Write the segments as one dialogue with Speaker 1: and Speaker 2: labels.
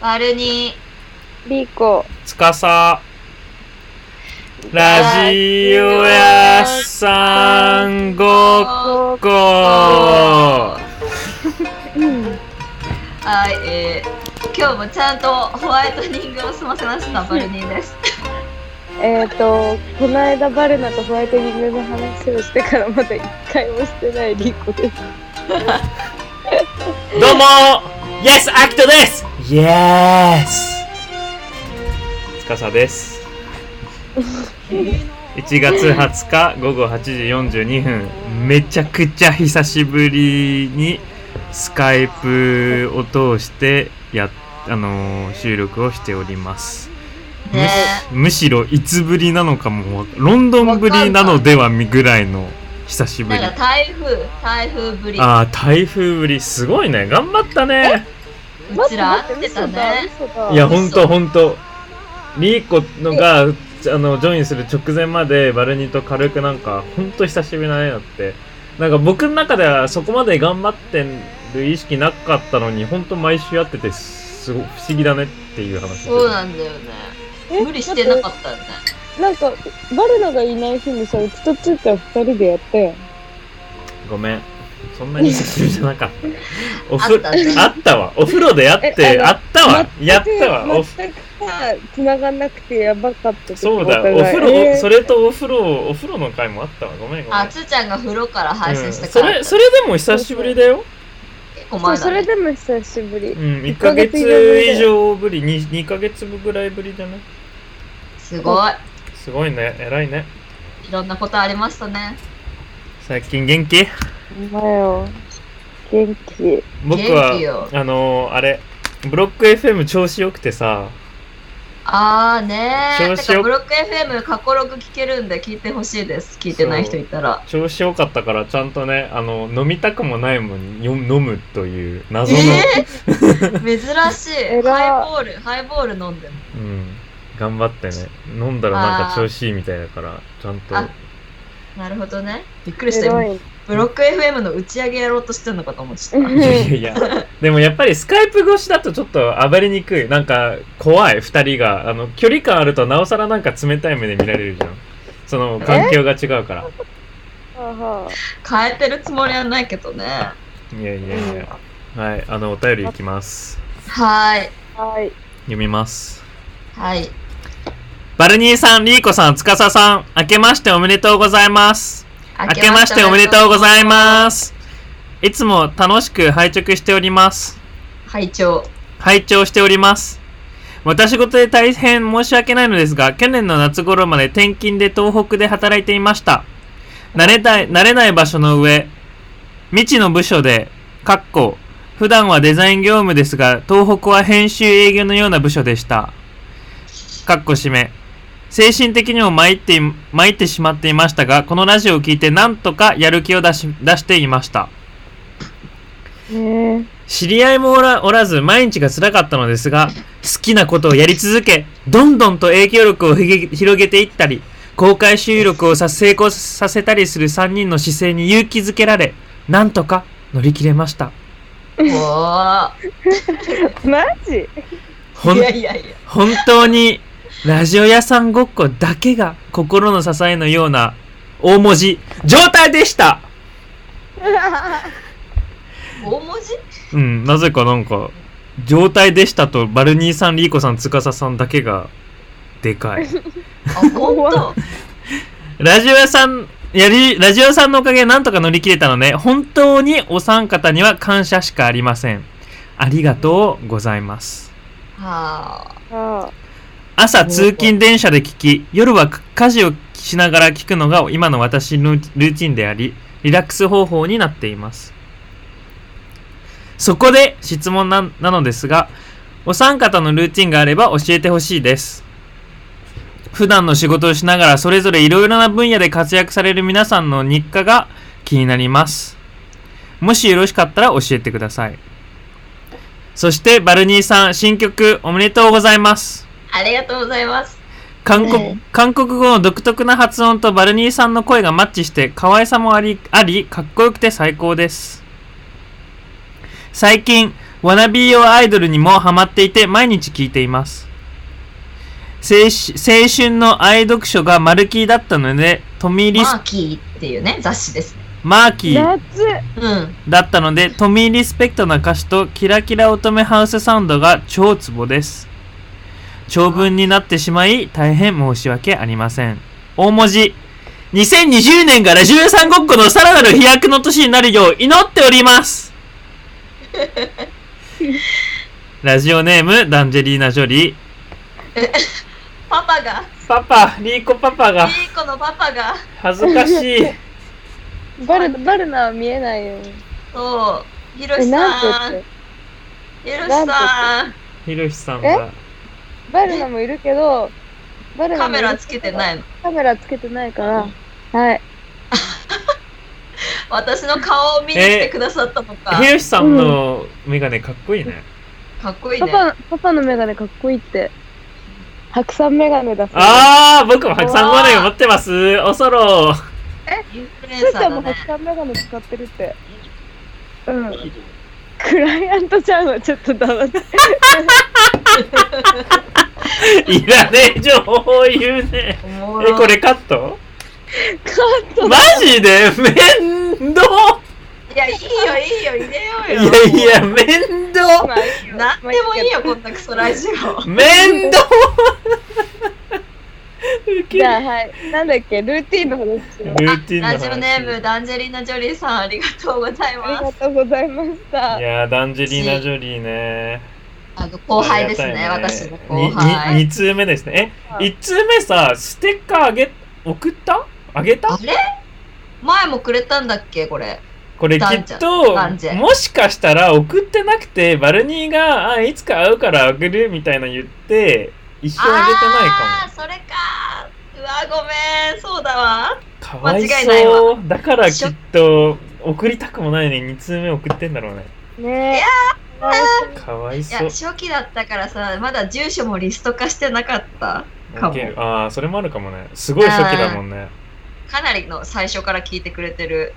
Speaker 1: 割るに
Speaker 2: リコ、
Speaker 3: つかさ、ラジオ屋さんごっ
Speaker 1: は
Speaker 3: こは
Speaker 2: うん、
Speaker 1: い、えー、今日もちゃんとホワイトニングを済ませましたバルニーです。
Speaker 2: えっ、と、この間バルナとホワイトニングの話をしてからまだ一回もしてないリコです。
Speaker 3: どうもイエスアキトですイエスつかさです。1月20日午後8時42分、めちゃくちゃ久しぶりにスカイプを通してやっ、あのー収録をしております。
Speaker 1: ね
Speaker 3: むしろいつぶりなのかもわロンドンぶりなのではみぐらいの久し
Speaker 1: え、
Speaker 3: ぶ
Speaker 1: な
Speaker 3: り
Speaker 1: んか台風、台風ぶり。う
Speaker 3: ああ台風ぶりすごいね頑張ったね
Speaker 1: ちら合ってたね。
Speaker 2: 嘘だ。
Speaker 3: いや
Speaker 1: 嘘
Speaker 3: ほんとほんとリーコのがあのジョインする直前までバルニーと軽くなんかほんと久しぶりだねだってなんか僕の中ではそこまで頑張ってる意識なかったのにほんと毎週やっててすごい不思議だねっていう話
Speaker 1: そうなんだよね。
Speaker 2: え
Speaker 1: 無理してなかったよね。
Speaker 2: なんか、バルナがいない日にさ、うちとつーちゃん二人でやったよ。
Speaker 3: ごめんそんなに久しぶりじゃなかったねお
Speaker 1: あっ
Speaker 3: ふ
Speaker 1: たね
Speaker 3: あったわ。お風呂でやっ
Speaker 2: え
Speaker 3: て、
Speaker 2: あの
Speaker 3: あったわ。やったわ。お
Speaker 2: 全くさ、繋がんなくてやばかった時
Speaker 3: そうだ、
Speaker 2: 互い
Speaker 3: お風呂、
Speaker 2: えー
Speaker 3: それとお風呂、お風呂の回もあったわ。ごめんごめん。
Speaker 1: あ、つーちゃんが風呂から
Speaker 3: う
Speaker 1: 配信
Speaker 3: ん、
Speaker 1: した
Speaker 3: そ
Speaker 1: から、
Speaker 3: れ、それでも久しぶりだよ。
Speaker 1: 結構
Speaker 2: そう
Speaker 1: 前だ、
Speaker 2: それ
Speaker 1: ね。
Speaker 2: でも久しぶり
Speaker 3: う。ん、1ヶ
Speaker 2: ヶ
Speaker 3: 月
Speaker 2: 月
Speaker 3: 以上ぶり、2, 2ヶ月ぶぐらいぶりだね。
Speaker 1: すごい。
Speaker 3: すごいね、偉いね。
Speaker 1: いろんなことありましたね。
Speaker 3: 最近元気
Speaker 2: お前よ。元気。
Speaker 3: 僕
Speaker 1: 元気よ
Speaker 3: は、あのー、あれ、ブロック FM 調子よくてさ、
Speaker 1: あーね
Speaker 3: 調
Speaker 1: ー。
Speaker 3: 子よ
Speaker 1: てかブロック FM 過去録聞けるんで聞いてほしいです。聞いてない人いたら。
Speaker 3: 調子よかったからちゃんとね、あの、飲みたくもないもんによ飲むという謎の、
Speaker 1: え ー、珍し
Speaker 2: 偉
Speaker 1: い。
Speaker 2: い
Speaker 1: ハイボール、ハイボール飲んでる。
Speaker 3: うん、頑張ってね飲んだらなんか調子いいみたいだからちゃんと
Speaker 1: あなるほどね。びっくりした。今
Speaker 2: 偉い。
Speaker 1: ブロック FM の打ち上げやろうとしてるのかと思ってた。
Speaker 3: いやいやいやでもやっぱりスカイプ越しだとちょっと暴れにくいなんか怖い2人があの距離感あるとなおさらなんか冷たい目で見られるじゃんその環境が違うから
Speaker 2: はあはあ
Speaker 1: 変えてるつもりはないけどね。
Speaker 3: いやいやいやはいあのお便りいきます
Speaker 1: はーい。
Speaker 2: はい。
Speaker 3: 読みます
Speaker 1: はい。
Speaker 3: バルニーさんリーコさん司さん明けましておめでとうございます明けましておめでとうございますいつも楽しく拝聴しております
Speaker 1: す。拝聴。
Speaker 3: 拝聴しております。私事で大変申し訳ないのですが、去年の夏頃まで転勤で東北で働いていました。慣れたい、慣れない場所の上、未知の部署で、かっこ、普段はデザイン業務ですが、東北は編集営業のような部署でした。かっこ締め。精神的にも参ってい、参ってしまっていましたが、このラジオを聞いてなんとかやる気を出し、出していました。
Speaker 2: ねえ。
Speaker 3: 知り合いもおらおらず毎日が辛かったのですが好きなことをやり続けどんどんと影響力をひげ広げていったり公開収録をさ成功させたりする3人の姿勢に勇気づけられなんとか乗り切れました
Speaker 1: おー。
Speaker 2: マジ
Speaker 3: ほん
Speaker 1: いやいやいや。
Speaker 3: 本当にラジオ屋さんごっこだけが心の支えのような大文字状態でした
Speaker 1: 大文字
Speaker 3: うんなぜかなんか状態でしたとバルニーさんリーコさん司さんだけがでかい
Speaker 1: あ、ほん と。
Speaker 3: ラジオ屋さん、やり、ラジオ屋さんのおかげでなんとか乗り切れたので、本当にお三方には感謝しかありません。ありがとうございます。
Speaker 1: は
Speaker 2: あ
Speaker 3: 朝通勤電車で聞き、夜は家事をしながら聞くのが今の私のルーチンであり、リラックス方法になっています。そこで質問ななのですが、お三方のルーチンがあれば教えてほしいです。普段の仕事をしながらそれぞれいろいろな分野で活躍される皆さんの日課が気になります。もしよろしかったら教えてください。そしてバルニーさん、新曲おめでとうございます。
Speaker 1: あ。ありがとうございます。
Speaker 3: 韓国,、
Speaker 2: ええ
Speaker 3: 韓国語の独特な発音とバルニーさんの声がマッチして可愛さもありありかっこよくて最高です最近ワナビー用アイドルにもハマっていて毎日聞いています。青春青春の愛読書がマルキーだったので、トミリ
Speaker 1: マ
Speaker 3: ス、
Speaker 1: ーキーっていうね、雑誌ですね。
Speaker 3: マーキー。
Speaker 2: 夏
Speaker 1: うん。
Speaker 3: だったので、トミーリスペクトな歌詞とキラキラ乙女ハウスサウンドが超ツボです。長文になってしまい、大変申し訳ありません。大文字。2020年から13国語のさらなる飛躍の年になるよう祈っております。ラジオネーム、ダンジェリーナ・ジョリー。
Speaker 1: パパが、
Speaker 3: パパ、リーコパパが
Speaker 1: リーコのパパが、
Speaker 3: 恥ずかしい。
Speaker 2: バルバルナは見えないよ。
Speaker 1: そう、ヒロ
Speaker 2: え、
Speaker 1: シ
Speaker 2: な
Speaker 1: さん
Speaker 2: んとっ、て。
Speaker 1: ヒロシさん、
Speaker 3: ひろしさんが。
Speaker 2: バルナもいるけど、バルナ
Speaker 1: カ
Speaker 2: もい
Speaker 1: メ
Speaker 2: る
Speaker 1: ラつけてないの。
Speaker 2: カメラつけてないから。はい。
Speaker 1: 私の顔を見に来てくださったのか。
Speaker 3: ひろしさんのメガネかっこいいね。
Speaker 1: かっこいい
Speaker 2: パ
Speaker 1: ね。
Speaker 2: パ、パパのメガネかっこいいって。白山メガネだそうです。
Speaker 3: ああ、僕も白山マネー持ってます。おそ ろ。
Speaker 1: インフルエ
Speaker 2: ス
Speaker 1: ン
Speaker 2: ー
Speaker 1: サ
Speaker 2: ち
Speaker 1: ー
Speaker 2: ゃ
Speaker 1: だ
Speaker 2: んも
Speaker 1: ね。
Speaker 2: 白山メガネ使ってるって。うん。クライアントちゃんはちょっと黙って。
Speaker 3: いらねえ情報言うね。
Speaker 1: おも
Speaker 3: え、
Speaker 1: ろ
Speaker 3: これカット
Speaker 2: カット
Speaker 3: マジでめんど
Speaker 1: いや、いいよ、いいよ、入れよ
Speaker 3: いうや
Speaker 1: よ。
Speaker 3: いや、めんど
Speaker 2: まあいいよ
Speaker 1: なんでもいいよ、こんなクソラジオ。
Speaker 3: めんどウケ
Speaker 2: じゃあ
Speaker 3: る
Speaker 2: はい。なんだっけ、ルーティンの話しよう
Speaker 3: ルーティンの話
Speaker 1: ラジオネーム、ダンジェリーナ・ジョリーさん、ありがとうござい
Speaker 2: あり
Speaker 1: ま
Speaker 2: が
Speaker 1: す。
Speaker 2: とうございました
Speaker 3: い。やー、ダンジェリーナ・ジョリーね。
Speaker 1: あの後輩ですね、
Speaker 3: ありがた
Speaker 1: 私
Speaker 3: い
Speaker 1: の後輩。
Speaker 3: にに二通目ですね。え、一通目さ、ステッカーあげ、送ったあげた
Speaker 1: あれ前もくれたんだっけこれ。
Speaker 3: これき
Speaker 1: 男
Speaker 3: っ
Speaker 1: 女
Speaker 3: と
Speaker 1: 男女
Speaker 3: もしかしたら送ってなくてバルニーがあいつか会うから送るみたいな言って一生あげてない
Speaker 1: あーそれかうわごめんそうだわ
Speaker 3: かもかわい
Speaker 1: 間違いない
Speaker 3: そうだからきっと送りたくもないのに2通目送ってんだろうね
Speaker 2: ねえ。
Speaker 3: かわい
Speaker 1: い
Speaker 3: そ
Speaker 1: や
Speaker 3: う
Speaker 1: 初期だったからさまだ住所もリスト化してなかったかも
Speaker 3: オッケーああそれもあるかもねすごい初期だもんね
Speaker 1: かなりの最初から聞いてくれてる、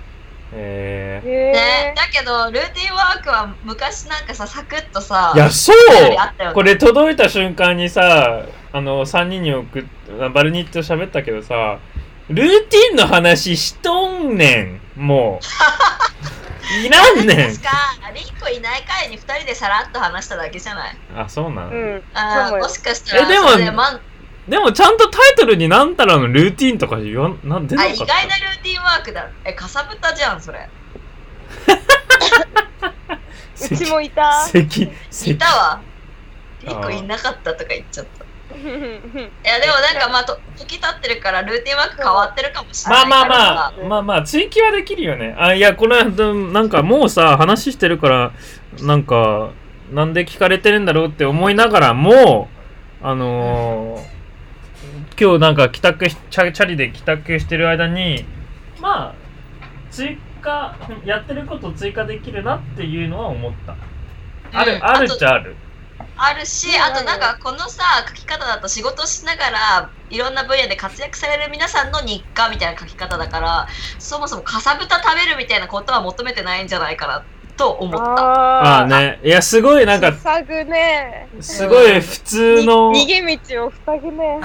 Speaker 3: え
Speaker 1: ね
Speaker 2: ね、
Speaker 1: だけどルーティンワークは昔なんかさサクッとさ
Speaker 3: ー、いやそう
Speaker 1: お便りあったよね
Speaker 3: これ届いた瞬間にさあの3人に送っあバルニーと喋ったけどさルーティンの話しとんねんも ういらんねん
Speaker 1: 確かリンコいない回に2人でさらっと話しただけじゃない
Speaker 3: あそうな
Speaker 2: え。
Speaker 3: の、
Speaker 2: うん。
Speaker 1: あー
Speaker 2: そうよ
Speaker 1: もしかしたら
Speaker 3: えでも
Speaker 1: それまん
Speaker 3: でもちゃんとタイトルになんたらのルーティンとか言わんなんでな
Speaker 1: あ
Speaker 3: かっ
Speaker 1: 意
Speaker 3: た
Speaker 1: 外なルーティンワークだえかさぶたじゃんそれ
Speaker 3: せ
Speaker 2: う
Speaker 3: き
Speaker 2: ちもいた。
Speaker 3: せきせ
Speaker 1: い
Speaker 3: き
Speaker 1: たわリンコいなかったとか言っちゃった いやでもなんかまあと時経ってるからルーティンワーク変わってるかもしれな
Speaker 3: ま
Speaker 1: い
Speaker 3: あまあ
Speaker 1: から
Speaker 3: まあまあまあ追記はできるよねあいやこれうんなんかもうさ話してるからなんかなんで聞かれてるんだろうって思いながらもあのー今日なんか帰宅しチャチャリで帰宅してる間にまあ追加やってること追加できるなっていうのは思ったある、
Speaker 1: うん
Speaker 3: あるっ
Speaker 1: と
Speaker 3: ちゃある
Speaker 1: あるし
Speaker 2: うん
Speaker 1: あとなんかこのさ書き方だと仕事しながらいろんな分野で活躍される皆さんの日課みたいな書き方だからそもそもかさぶた食べるみたいなことは求めてないんじゃないかなと思った
Speaker 3: ああ
Speaker 2: あー。
Speaker 3: ねいやすごいなんか
Speaker 2: 塞ぐね。
Speaker 3: すごい普通の
Speaker 2: に逃げ道を塞ぐね。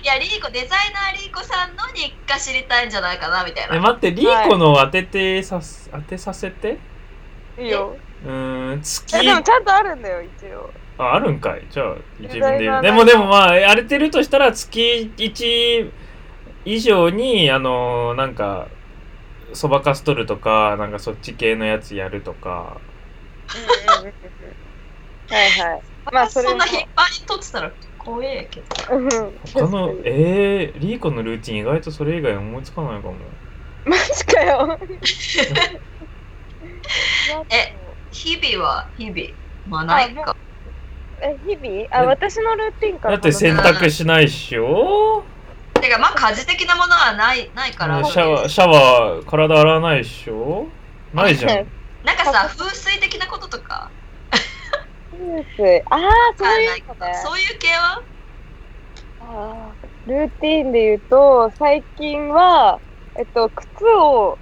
Speaker 1: いやリーコデザイナーリーコさんの日課知りたいんじゃないかなみたい
Speaker 3: え
Speaker 1: な
Speaker 3: 待ってリーコの当ててさす当てさせて
Speaker 2: いいよ。
Speaker 3: うーん、月
Speaker 2: え、でもちゃんとあるんだよ、一応。
Speaker 3: ああるんかいじゃあ自分で
Speaker 2: デザイ
Speaker 3: 言
Speaker 2: ナ
Speaker 3: う
Speaker 2: ー
Speaker 3: でもでもまあ荒れてるとしたら月1以上にあのなんかそばかす取るとかなんかそっち系のやつやるとか
Speaker 2: うんうんうんうんはいはい。まあ、それ
Speaker 1: そん
Speaker 2: も
Speaker 1: な。頻繁に撮ってたら怖えけど
Speaker 2: うん
Speaker 3: 他のえー、リーコのルーティン意外とそれ以外思いつかないかも
Speaker 2: マジかよ。
Speaker 1: え日々は日々まあないか
Speaker 2: え、日々あ、私のルーティンか
Speaker 3: だ
Speaker 2: ら。
Speaker 3: って洗濯しないっしょ
Speaker 1: てかまあ家事的なものはないない
Speaker 3: シ
Speaker 1: か
Speaker 3: ャ
Speaker 1: ら
Speaker 3: ワーシャワー体洗わないっしょないじゃん
Speaker 1: なんかさ風水的なこととか
Speaker 2: ああ、そう
Speaker 1: あ
Speaker 2: い
Speaker 1: な
Speaker 2: うんこ
Speaker 1: か
Speaker 2: ね。
Speaker 1: そういう系は
Speaker 2: あールーティンで言うと、最近は、えっと、靴を、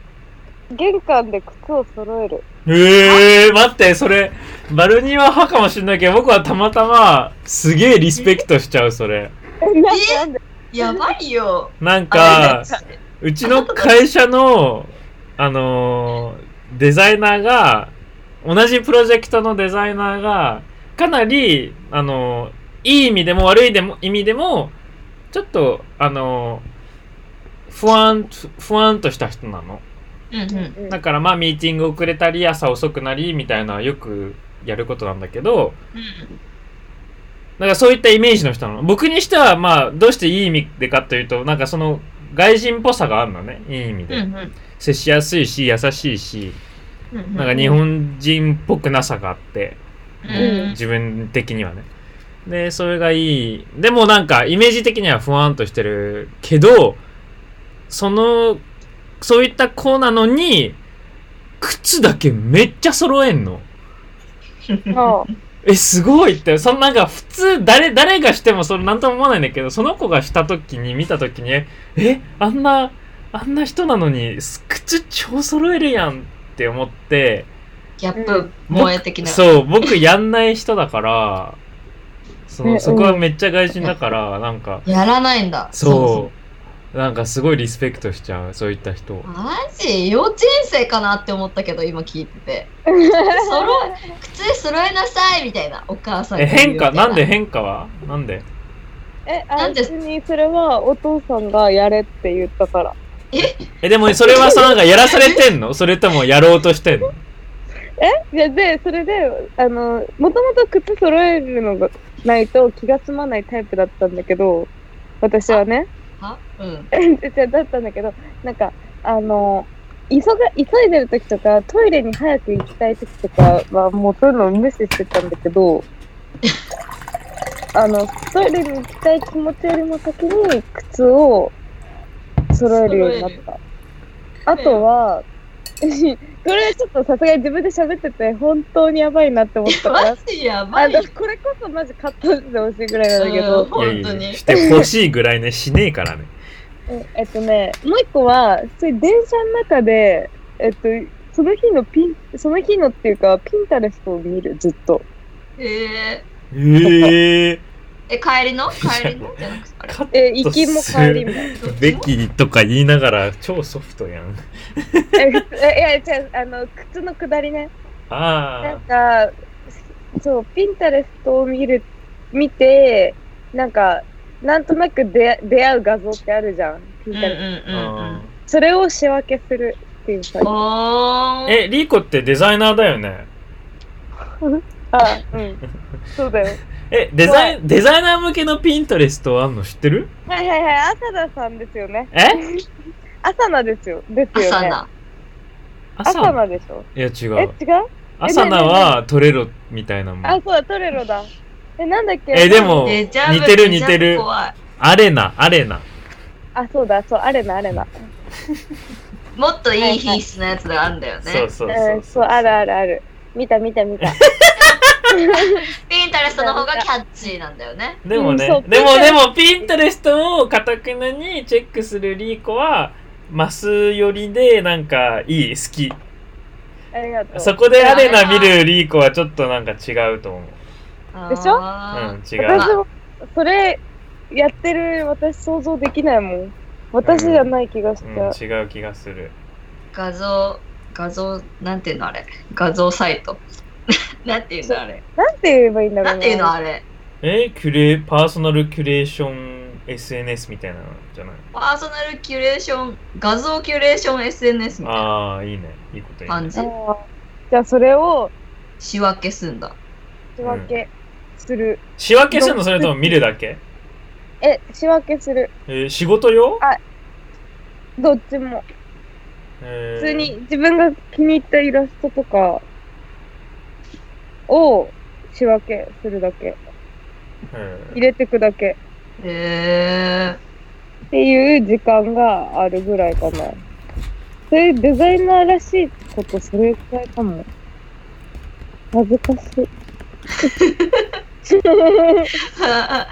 Speaker 2: 玄関で靴を揃える。
Speaker 3: ええー、待って、それ、バルニーは派かもしんないけど、僕はたまたま、すげえリスペクトしちゃう、それ。
Speaker 2: なんで
Speaker 1: やばいよ。
Speaker 3: なん
Speaker 1: あ
Speaker 3: か、うちの会社の、あのーデザイナーが、同じプロジェクトのデザイナーが、かなり、あのーいい意味でも悪いでも意味でも、ちょっと、あのー不安、不安とした人なの。
Speaker 1: うんうん。
Speaker 2: うん
Speaker 3: だからまあミーティング遅れたり朝遅くなりみたいなのはよくやることなんだけど
Speaker 1: うん
Speaker 3: なんかそういったイメージの人なの僕にしてはまあどうしていい意味でかというとなんかその外人っぽさがあるのねいい意味で、
Speaker 1: うんうん
Speaker 3: 接しやすいし優しいし
Speaker 1: うんうん。
Speaker 3: なんか日本人っぽくなさがあって
Speaker 1: うん
Speaker 3: 自分的にはねでそれがいいでもなんかイメージ的には不安としてるけどそのそういった子なのに靴だけめっちゃ揃えんの
Speaker 2: も
Speaker 3: えすごいってそのなんか普通誰誰がしてもそれなんとも思わないんだけどその子がした時に見た時にええあんなあんな人なのにす靴超揃えるやんって思って
Speaker 1: ギャップ萌え的な。
Speaker 3: そう僕やんない人だからその
Speaker 2: ね
Speaker 3: そこはめっちゃ外人だからなんか
Speaker 1: やらないんだ。
Speaker 3: そうなんかすごいリスペクトしちゃうそういった人
Speaker 1: う。マジ幼稚園生かなって思ったけど、今聞いてて。揃え、靴揃えなさいみたいな、お母さん
Speaker 3: え
Speaker 1: が言う
Speaker 3: 変
Speaker 1: みた
Speaker 3: 化
Speaker 1: いな
Speaker 3: なんで変化はなんで
Speaker 2: うえ
Speaker 1: な
Speaker 2: あ
Speaker 1: んで
Speaker 2: 別にそれはお父さんがやれって言ったから
Speaker 3: えでもそれはそのなんかやらされてんのそれともやろうとしてんの
Speaker 2: いやでそれであのもともと靴揃えるのがないと気が済まないタイプだったんだけど私はね
Speaker 1: あうん。
Speaker 2: じゃだったんだけどなんかあの急が急いでる時とかトイレに早く行きたい時とかはもうそういうのを無視してたんだけ どあのトイレに行きたい気持ちよりも先に靴を揃えるようになったあとは これはちょっとさすがに自分で喋ってて本当にやばいなって思ったか
Speaker 1: マ
Speaker 2: ら
Speaker 1: ジやば
Speaker 2: あ
Speaker 1: い。
Speaker 2: のこれこそマジカットしてほしいぐらいなんだけど、
Speaker 1: うん本当に
Speaker 3: いやいやしてほしいぐらいねしね えからね
Speaker 2: うんえっとね、もう一個は、それ電車の中で、えっと、その日のピン、その日のっていうか、ピンタレストを見る、ずっと。
Speaker 1: え
Speaker 3: ええ
Speaker 1: ー、え、帰りの帰りのじゃなくて、あれ。
Speaker 2: え、行きも帰りも。え、
Speaker 3: ベッキーとか言いながら超ソフトやん
Speaker 2: えいや、違う、あの、靴の下りね。な
Speaker 3: あ
Speaker 2: んか、そう、ピンタレストを見る、見て、なんか、なんとなく出出会う画像ってあるじゃん、ピ
Speaker 1: う
Speaker 2: ン
Speaker 1: んう
Speaker 2: タ
Speaker 1: ん
Speaker 2: レスト。
Speaker 1: う
Speaker 3: あ、うん
Speaker 1: ん
Speaker 2: それを仕分けするっていう作
Speaker 1: うん。
Speaker 2: 業。
Speaker 1: おー。
Speaker 3: えリーコってデザイナーだよね
Speaker 2: あ、うん。そうだよ。
Speaker 3: えデザインデザイナー向けのピントレストあんの知ってる
Speaker 2: はいはいはい、浅田さんですよね。
Speaker 3: え
Speaker 2: 朝菜ですよ。ですよ
Speaker 1: 朝
Speaker 2: ね。
Speaker 1: だ。
Speaker 3: 朝
Speaker 2: 朝菜でしょ
Speaker 3: いや違
Speaker 2: え、違
Speaker 3: う
Speaker 2: う
Speaker 3: 朝菜は取れろみたいなも
Speaker 2: あ、
Speaker 3: ん
Speaker 2: そうだ、トレロだ。え、なんだっけ
Speaker 3: えで。も
Speaker 1: デ
Speaker 3: 似
Speaker 1: ジャブ
Speaker 3: てる似
Speaker 1: デジャ
Speaker 3: て
Speaker 1: ブ
Speaker 3: る
Speaker 1: 怖い
Speaker 3: アレナアレナ
Speaker 2: あ、そうだ、そう、あれな、あれな。
Speaker 1: もっといい品質のやつがあるんだよね。
Speaker 3: そうそう
Speaker 2: う
Speaker 3: そ
Speaker 2: ん、
Speaker 3: う
Speaker 2: そう、あるあるある。見た見た見 た。
Speaker 1: ピンタレストの方がキャッチーなんだよね。
Speaker 3: でもね、
Speaker 2: うんそう
Speaker 3: でも
Speaker 2: Pinterest
Speaker 3: でもピンタレストをかたくなにチェックするリーコはマス寄りでなんかいい好き
Speaker 2: ありがとう。
Speaker 3: そこでアレナ見るリーコはちょっとなんか違うと思う
Speaker 1: で
Speaker 2: でしょ
Speaker 3: うん違う
Speaker 2: 私も、それ、やってる私想像できないもん。私じゃない気がし
Speaker 3: う
Speaker 2: た。
Speaker 3: ん、違う気がする
Speaker 1: 画像、画像、なんていうのあれ。画像サイト。 なんていうのあれ。
Speaker 2: なんて言えばいいんだろ
Speaker 1: な
Speaker 2: うん
Speaker 1: ていうのあれ。
Speaker 3: えキュレパーソナルキュレーション SNS みたいなのじゃない
Speaker 1: パーソナルキュレーション、画像キュレーション SNS みたいな
Speaker 3: ああいいねいいこと言う
Speaker 1: 感
Speaker 3: ね
Speaker 1: じ。
Speaker 2: あーじゃあ、それを
Speaker 1: 仕分けすんだ。
Speaker 2: 仕分けする。
Speaker 3: 仕分けするのそれとも見るだけ、
Speaker 2: え、仕分けする。
Speaker 3: えー仕事用
Speaker 2: あどっちも。
Speaker 3: えー
Speaker 2: 普通に自分が気に入ったイラストとかを仕分けするだけ
Speaker 3: え
Speaker 2: 入れてくだけ
Speaker 1: へえ
Speaker 2: っていう時間があるぐらいかなそういうデザイナーらしいことそれくらいかも恥ずかしい
Speaker 1: ー。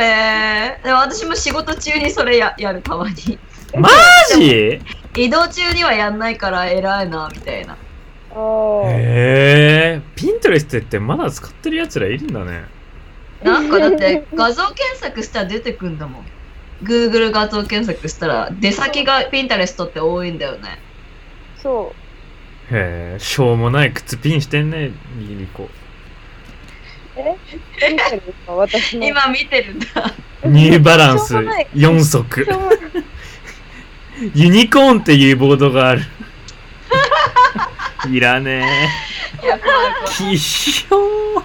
Speaker 1: えー、でも私も仕事中にそれややるたまに
Speaker 3: マジ
Speaker 1: 移動中にはやんないから偉いなみたいな
Speaker 2: あ
Speaker 3: へえピントレストってまだ使ってるやつらいるんだね
Speaker 1: なんかだって画像検索したら出てくんだもん。Google 画像検索したら出先が Pinterest って多いんだよね。
Speaker 2: あ、そ
Speaker 3: へえしょうもない靴ピンしてんね右にこ
Speaker 2: う。え見てるんですか私の。
Speaker 1: 今見てるんだ。
Speaker 3: うニューバランス
Speaker 2: しょうもない
Speaker 3: 4足
Speaker 2: しょうも
Speaker 3: ユニコーンっていうボードがある いらね
Speaker 1: いや、怖い
Speaker 3: えきしょう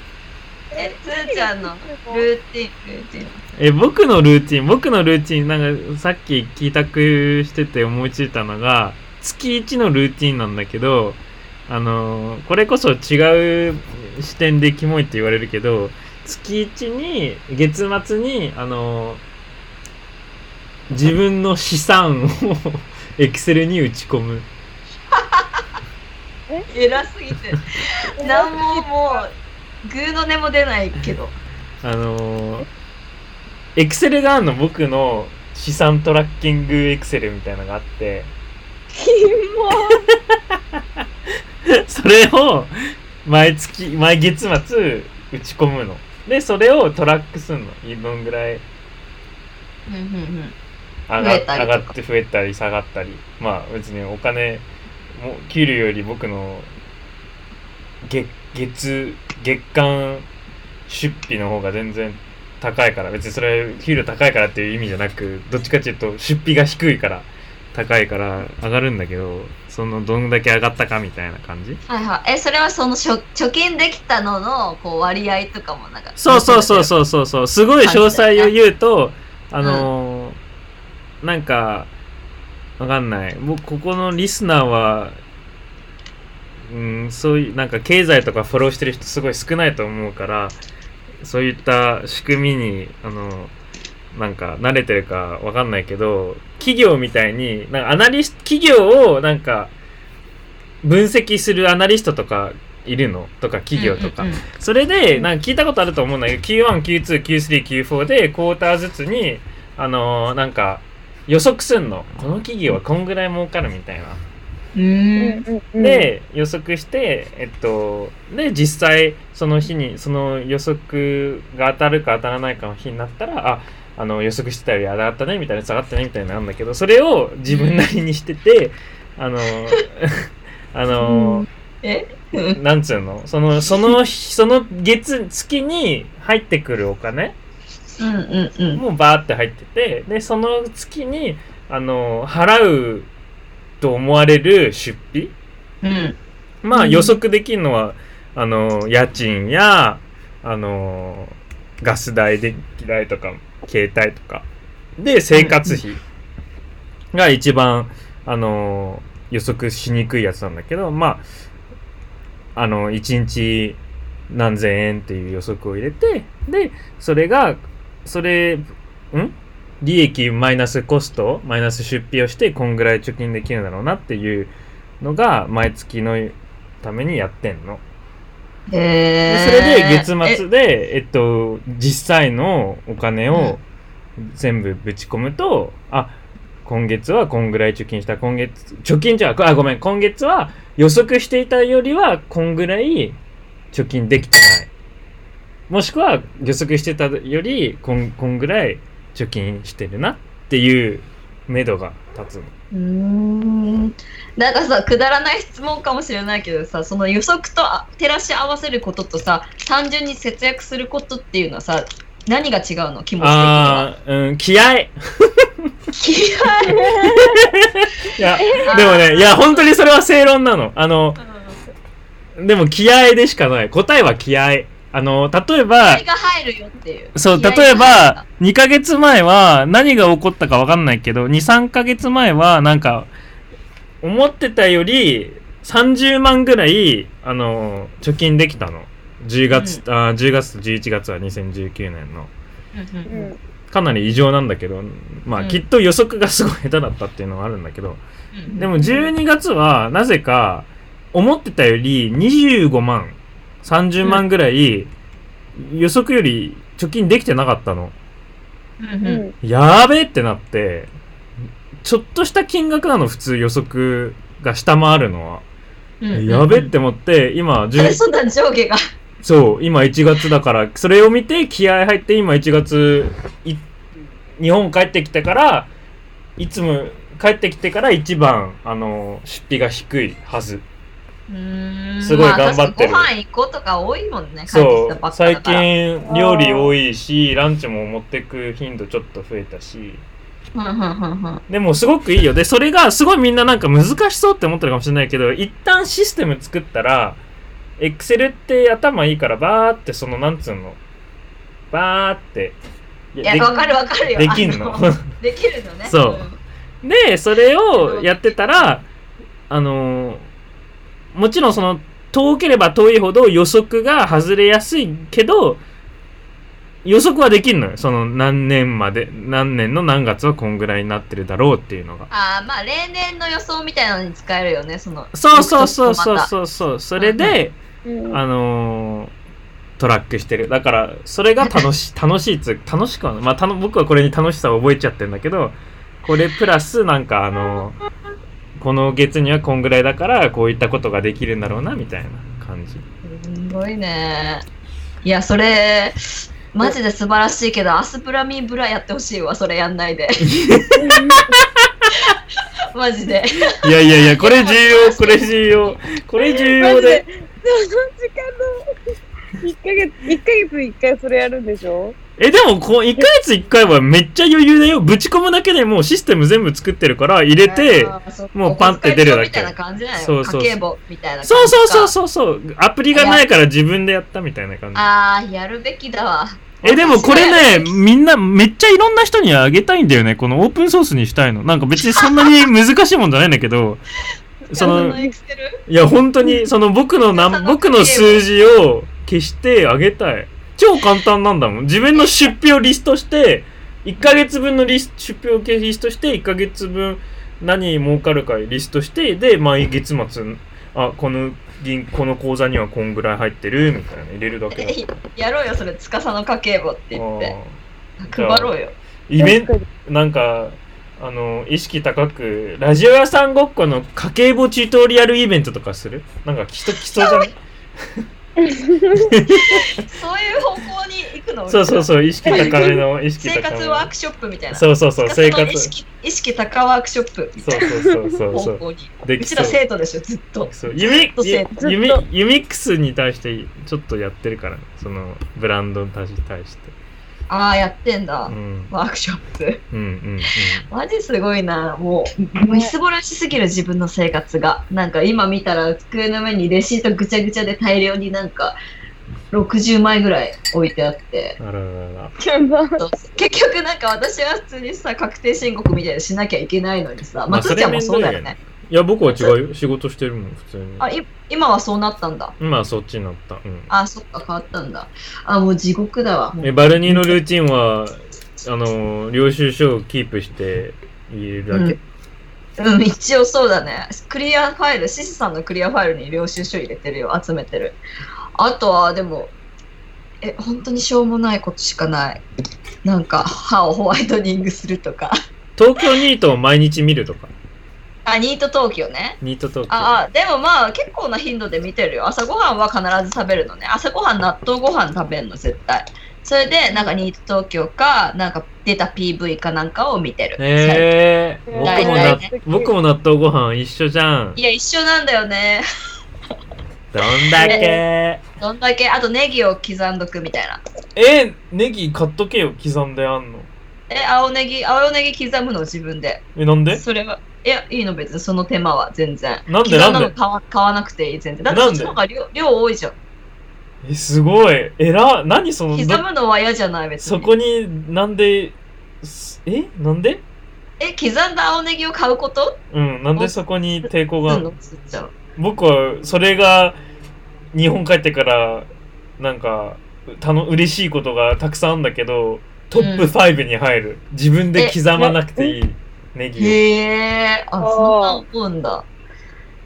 Speaker 1: え、つーちゃんのルーティン、ルーティン。
Speaker 3: え僕のルーティン僕のルーティンなんかさっき帰宅してて思いついたのが月1のルーティンなんだけどあのーこれこそ違う視点でキモいって言われるけど月1に月末にあのー自分の資産を エクセルに打ち込む
Speaker 1: 偉すぎて。なんももう、グーの音も出ないけど。
Speaker 3: あのエクセルがあるの僕の資産トラッキングエクセルみたいなのがあって
Speaker 2: キモ
Speaker 3: それを毎月毎月末打ち込むのでそれをトラックすんのどんぐらい
Speaker 1: うんうんうん。増
Speaker 3: 上が
Speaker 1: えたり
Speaker 3: 上
Speaker 1: とか
Speaker 3: がって増えたり下がったりまあ別にお金も給料より僕の月月月間出費の方が全然高いから別にそれ給料高いからっていう意味じゃなくどっちかっていうと出費が低いから高いから上がるんだけどそのどんだけ上がったかみたいな感じ
Speaker 1: はいはい。え、それはその貯貯金できたののこう割合とかもなんか。
Speaker 3: そうそうそうそうそうそうすごい詳細を言うとあ
Speaker 1: い
Speaker 3: のーなんかわかんない僕ここのリスナーはうんそういうなんか経済とかフォローしてる人すごい少ないと思うからそういった仕組みにあのなんか慣れてるかわかんないけど企業みたいになんかアナリスト企業をなんか分析するアナリストとかいるのとか企業とか
Speaker 1: うんうんうん
Speaker 3: それで、なんか聞いたことあると思うんだけど、Q1、Q2、Q3、Q4 で、クォーターずつに、あのーなんか、予測すんの。この企業はこんぐらい儲かるみたいな。
Speaker 1: うーん。
Speaker 2: ーうん
Speaker 3: で、予測して、えっと、で、実際、その日に、その予測が当たるか当たらないかの日になったら、あ、あの、予測してたより上がったね、みたいな、下がったね、みたいなのあるんだけど、それを自分なりにしてて、あ のーあのー
Speaker 1: えうん
Speaker 3: なんつうのその、その、その月、月に入ってくるお金
Speaker 1: うんうんうん。
Speaker 3: もうバーって入ってて、で、その月に、あの、払うと思われる出費
Speaker 1: うん。
Speaker 3: まあ
Speaker 1: うん
Speaker 3: 予測できるのは、あの、家賃や、あの、ガス代、電気代とか、携帯とか。で、生活費が一番、あの、予測しにくいやつなんだけど、まあ、あの、1日何千円っていう予測を入れて、で、それが、それ、ん利益マイナスコスト、マイナス出費をして、こんぐらい貯金できるんだろうなっていうのが、毎月のためにやってんの。で
Speaker 1: へ
Speaker 3: それで月
Speaker 1: え
Speaker 3: 末で、えっと、実際のお金を全部ぶち込むと、あ、今月はこんぐらい貯金した、今月、貯金じゃ、あ、ごめん、今月は予測していたよりは、こんぐらい貯金できてない。もしくは、予測してたより、こん、こんぐらい貯金してるなっていう、目処が立つの。
Speaker 1: うーんなんかさくだらない質問かもしれないけどさその予測とあ照らし合わせることとさ単純に節約することっていうのはさ何が違うの気持ち的には
Speaker 3: ああ、うん、気合い。
Speaker 1: 気合い
Speaker 3: いや、
Speaker 1: あー
Speaker 3: でもね、いや、本当にそれは正論なの。あの
Speaker 1: う、ん
Speaker 3: でも気合でしかない。答えは気合。あの、例え
Speaker 1: 気
Speaker 3: ば
Speaker 1: 合、が入るよっていう
Speaker 3: そう、
Speaker 1: 気合が
Speaker 3: 例え
Speaker 1: 入るん
Speaker 3: ば
Speaker 1: だ、
Speaker 3: 2ヶ月前は何が起こったかわかんないけど、2、3ヶ月前は、なんか、思ってたより30万ぐらい、あの、貯金できたの。10月、あー10月と11月は2019年の。
Speaker 1: うん
Speaker 2: う
Speaker 1: うん
Speaker 2: ん
Speaker 3: かなり異常なんだけど、まあ、
Speaker 1: うん
Speaker 3: きっと予測がすごい下手だったっていうのはあるんだけど、
Speaker 1: うん
Speaker 3: でも12月はなぜか思ってたより25万30万ぐらい予測より貯金できてなかったの。
Speaker 1: うん
Speaker 2: う
Speaker 1: うん
Speaker 2: ん
Speaker 3: やーべえってなってちょっとした金額なの普通予測が下回るの
Speaker 1: う
Speaker 3: は。
Speaker 1: ん
Speaker 3: やべって思って、今、
Speaker 1: それ
Speaker 3: 10
Speaker 1: そんなん上下が。
Speaker 3: そう、今1月だから、それを見て気合入って、今1月い、日本帰ってきてから、いつも帰ってきてから一番、あの、出費が低いはず。
Speaker 1: うーん
Speaker 3: すごい頑張ってる
Speaker 1: まあ、確かにご飯行こうとか多いもんね、帰ってきた
Speaker 3: そ
Speaker 1: ば
Speaker 3: う、
Speaker 1: っかだ
Speaker 3: 最
Speaker 1: から。
Speaker 3: 近料理多いし、ランチも持ってく頻度ちょっと増えたし。
Speaker 1: うんうんうんうん
Speaker 3: でもすごくいいよ。で、それがすごいみんななんか難しそうって思ってるかもしれないけど、一旦システム作ったら、Excel って頭いいからバーってそのなんつうの、バーって。い
Speaker 1: いや、わかるわかるよ。
Speaker 3: できんの
Speaker 1: あ。できるのね。
Speaker 3: そうで、それをやってたら、あのーもちろんその、遠ければ遠いほど予測が外れやすいけど、予測はできるのよ。その何年まで、何年の何月はこんぐらいになってるだろうっていうのが。
Speaker 1: ああ、まあ、例年の予想みたいなのに使えるよね、その。
Speaker 3: そうそうそうそう
Speaker 1: また
Speaker 3: そうそう。それで、
Speaker 2: うん
Speaker 3: あのートラックしてる。だから、それが楽 しい、楽しいっつう、楽しくはない。まあ、たの僕はこれに楽しさを覚えちゃってるんだけど、これプラス、なんかあのーこの月にはこんぐらいだから、こういったことができるんだろうな、みたいな感じ。
Speaker 1: すごいね。いや、それ、マジで素晴らしいけど、アスプラミンブラやってほしいわ、それやんない で。マジで。
Speaker 3: いやいやいや、これ 重要、これ重要、これ重
Speaker 2: マ
Speaker 3: 要
Speaker 2: ジで
Speaker 3: で。、
Speaker 2: その時間の1ヶ月、1ヶ月1回それやるんでしょ
Speaker 3: え、でも、こう、1ヶ月1回はめっちゃ余裕だよ。ぶち込むだけでもうシステム全部作ってるから、入れて、
Speaker 1: あー、そっか
Speaker 3: もうパンって出るだけ
Speaker 1: お小遣い帳みたいな感じだよ。
Speaker 3: そうそうそう
Speaker 1: 家計簿みたいな感じか
Speaker 3: そうそうそうそうそう。アプリがないから自分でやったみたいな感じ。
Speaker 1: ああ、やるべきだわ。
Speaker 3: え、でもこれね、
Speaker 1: 私
Speaker 3: みんなめっちゃいろんな人にあげたいんだよね。このオープンソースにしたいの。なんか別にそんな に難しいもんじゃないんだけど、その、い
Speaker 1: エクセル
Speaker 3: や本当に、その僕の
Speaker 1: そ
Speaker 3: な、
Speaker 1: の
Speaker 3: 僕の数字を消してあげたい。超簡単なんだもん。自分の出費をリストして、1ヶ月分のリス出費をリストして、1ヶ月分何儲かるかリストして、で、毎月末、あ、この銀、この口座にはこんぐらい入ってる、みたいな入れるだけだ。
Speaker 1: え やろうよ、それ、司の家計簿って言って。
Speaker 3: あ
Speaker 1: 配ろうよ。
Speaker 3: ーイベント
Speaker 2: 確かに
Speaker 3: なんか、あの、意識高く、ラジオ屋さんごっこの家計簿チュートリアルイベントとかするなんか、きっと来そうじゃない
Speaker 1: そういう方向に行くの
Speaker 3: そうそうそう、意識高めの、意識高
Speaker 1: 生
Speaker 3: めの。
Speaker 1: 活ワークショップみたいな。
Speaker 3: そうそうそう、生
Speaker 1: 生活の
Speaker 3: 活。
Speaker 1: 意
Speaker 3: そう
Speaker 1: 識意識高ワークショップみたい
Speaker 3: そうそう
Speaker 1: な
Speaker 3: そ
Speaker 1: 方
Speaker 3: うそ
Speaker 1: 向に。
Speaker 3: う。で
Speaker 1: う
Speaker 3: き
Speaker 1: ち
Speaker 3: そ
Speaker 1: ら
Speaker 3: う。
Speaker 1: 生徒でしょ、ずっと。
Speaker 3: そうユミ
Speaker 1: と生
Speaker 2: ずっと
Speaker 3: ユミユミックスに対してちょっとやってるからねそのブランドに対して対して
Speaker 1: ああ、やってんだ
Speaker 3: う。ん
Speaker 1: ワークショップ。
Speaker 3: うんうん
Speaker 1: マジすごいな。もう、みすぼらしすぎる自分の生活が。なんか今見たら、机の上にレシートぐちゃぐちゃで大量になんか、60枚ぐらい置いてあって。
Speaker 3: うんあらららら
Speaker 2: やば い
Speaker 1: 結局なんか私は普通にさ確定申告みたいにしなきゃいけないのにさ
Speaker 3: まあ
Speaker 1: 松ちゃんもそうだよね
Speaker 3: いや僕は違うよ仕事してるもん普通に
Speaker 1: あい今はそうなったんだ
Speaker 3: 今はそっちになったうん
Speaker 1: あそっか変わったんだあもう地獄だわ
Speaker 3: えバルニーのルーチンはあの領収書をキープして入れるだけ、
Speaker 1: うん一応そうだねクリアファイルシスさんのクリアファイルに領収書入れてるよ集めてるあとはでもえ本当にしょうもないことしかないなんか歯をホワイトニングするとか
Speaker 3: 東京ニートを毎日見るとか
Speaker 1: あニート東京ね
Speaker 3: ニート東京
Speaker 1: ああでもまあ結構な頻度で見てるよ朝ごはんは必ず食べるのね朝ごはん納豆ご飯食べるの絶対それでなんかニート東京かなんか出た PV かなんかを見てる、
Speaker 3: えー、僕も
Speaker 1: 大
Speaker 3: な
Speaker 1: 体
Speaker 2: ね
Speaker 3: 僕も納豆ご飯一緒じゃん
Speaker 1: いや一緒なんだよね
Speaker 3: どんだけ
Speaker 1: どんだけあとネギを刻んどくみたいな
Speaker 3: えネギ買っとけよ刻んであんの
Speaker 1: え青ネギ青ネギ刻むの自分で
Speaker 3: えなんで
Speaker 1: それはいやいいの別にその手間は全然
Speaker 3: なんで
Speaker 1: 刻だ
Speaker 3: なん
Speaker 1: の
Speaker 3: で
Speaker 1: 買わ買わなくていい全然だって
Speaker 3: な
Speaker 1: そ
Speaker 3: んで
Speaker 1: っちの方が量量多いじゃん
Speaker 3: えすごいえら何その
Speaker 1: 刻
Speaker 3: ど
Speaker 1: むのは嫌じゃない別に
Speaker 3: そこになんですえなんで
Speaker 1: え刻んだ青ネギを買うこと
Speaker 3: うんなんでそこに抵抗があ
Speaker 1: うん
Speaker 3: の
Speaker 1: のつっちゃう
Speaker 3: 僕はそれが日本帰ってからなんかたの嬉しいことがたくさんあるんだけどトップ
Speaker 1: うん
Speaker 3: 5に入る、自分で刻まなくていいネギを
Speaker 1: へえ、あ、
Speaker 2: あー
Speaker 1: そんな思うんだ。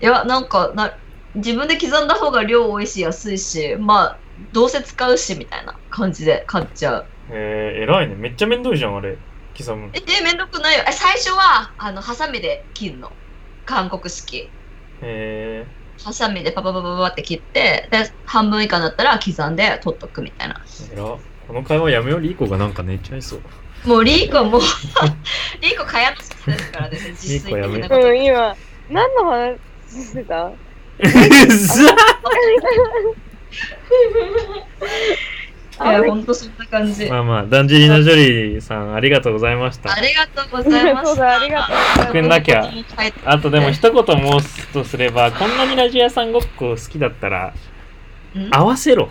Speaker 1: いや、なんかな、自分で刻んだ方が量多いし、安いし、まあ、どうせ使うし、みたいな感じで買っちゃう。
Speaker 3: えー、偉いねめっちゃめんどいじゃんあれ刻むの
Speaker 1: え、でめんどくないよ。え、最初は、あの、ハサミで切るの。韓国式。
Speaker 3: え
Speaker 1: ハサミでパパパパパって切って、で、半分以下だったら刻んで取っとくみたいな。
Speaker 3: えらこの会話やめようリーコがなんか寝ちゃいそう
Speaker 1: もうリーコはもう、 リーコかやのせですからね、自炊的なこ
Speaker 2: う
Speaker 1: と。
Speaker 2: ん、今、何の話してた
Speaker 3: うっさ
Speaker 1: いや、ほんとそんな感じ。
Speaker 3: まあまあダンジェリーナ・ジョリーさんありがとうございました
Speaker 1: ありがとうございま
Speaker 2: そう
Speaker 1: し
Speaker 2: だ、
Speaker 1: た。
Speaker 2: ありがとうござい
Speaker 3: ん
Speaker 2: ま
Speaker 3: なきゃ
Speaker 1: はい
Speaker 3: あとでも一言申すとすればこんなにラジオ屋さんごっこ好きだったら
Speaker 1: うん
Speaker 3: 合わせろ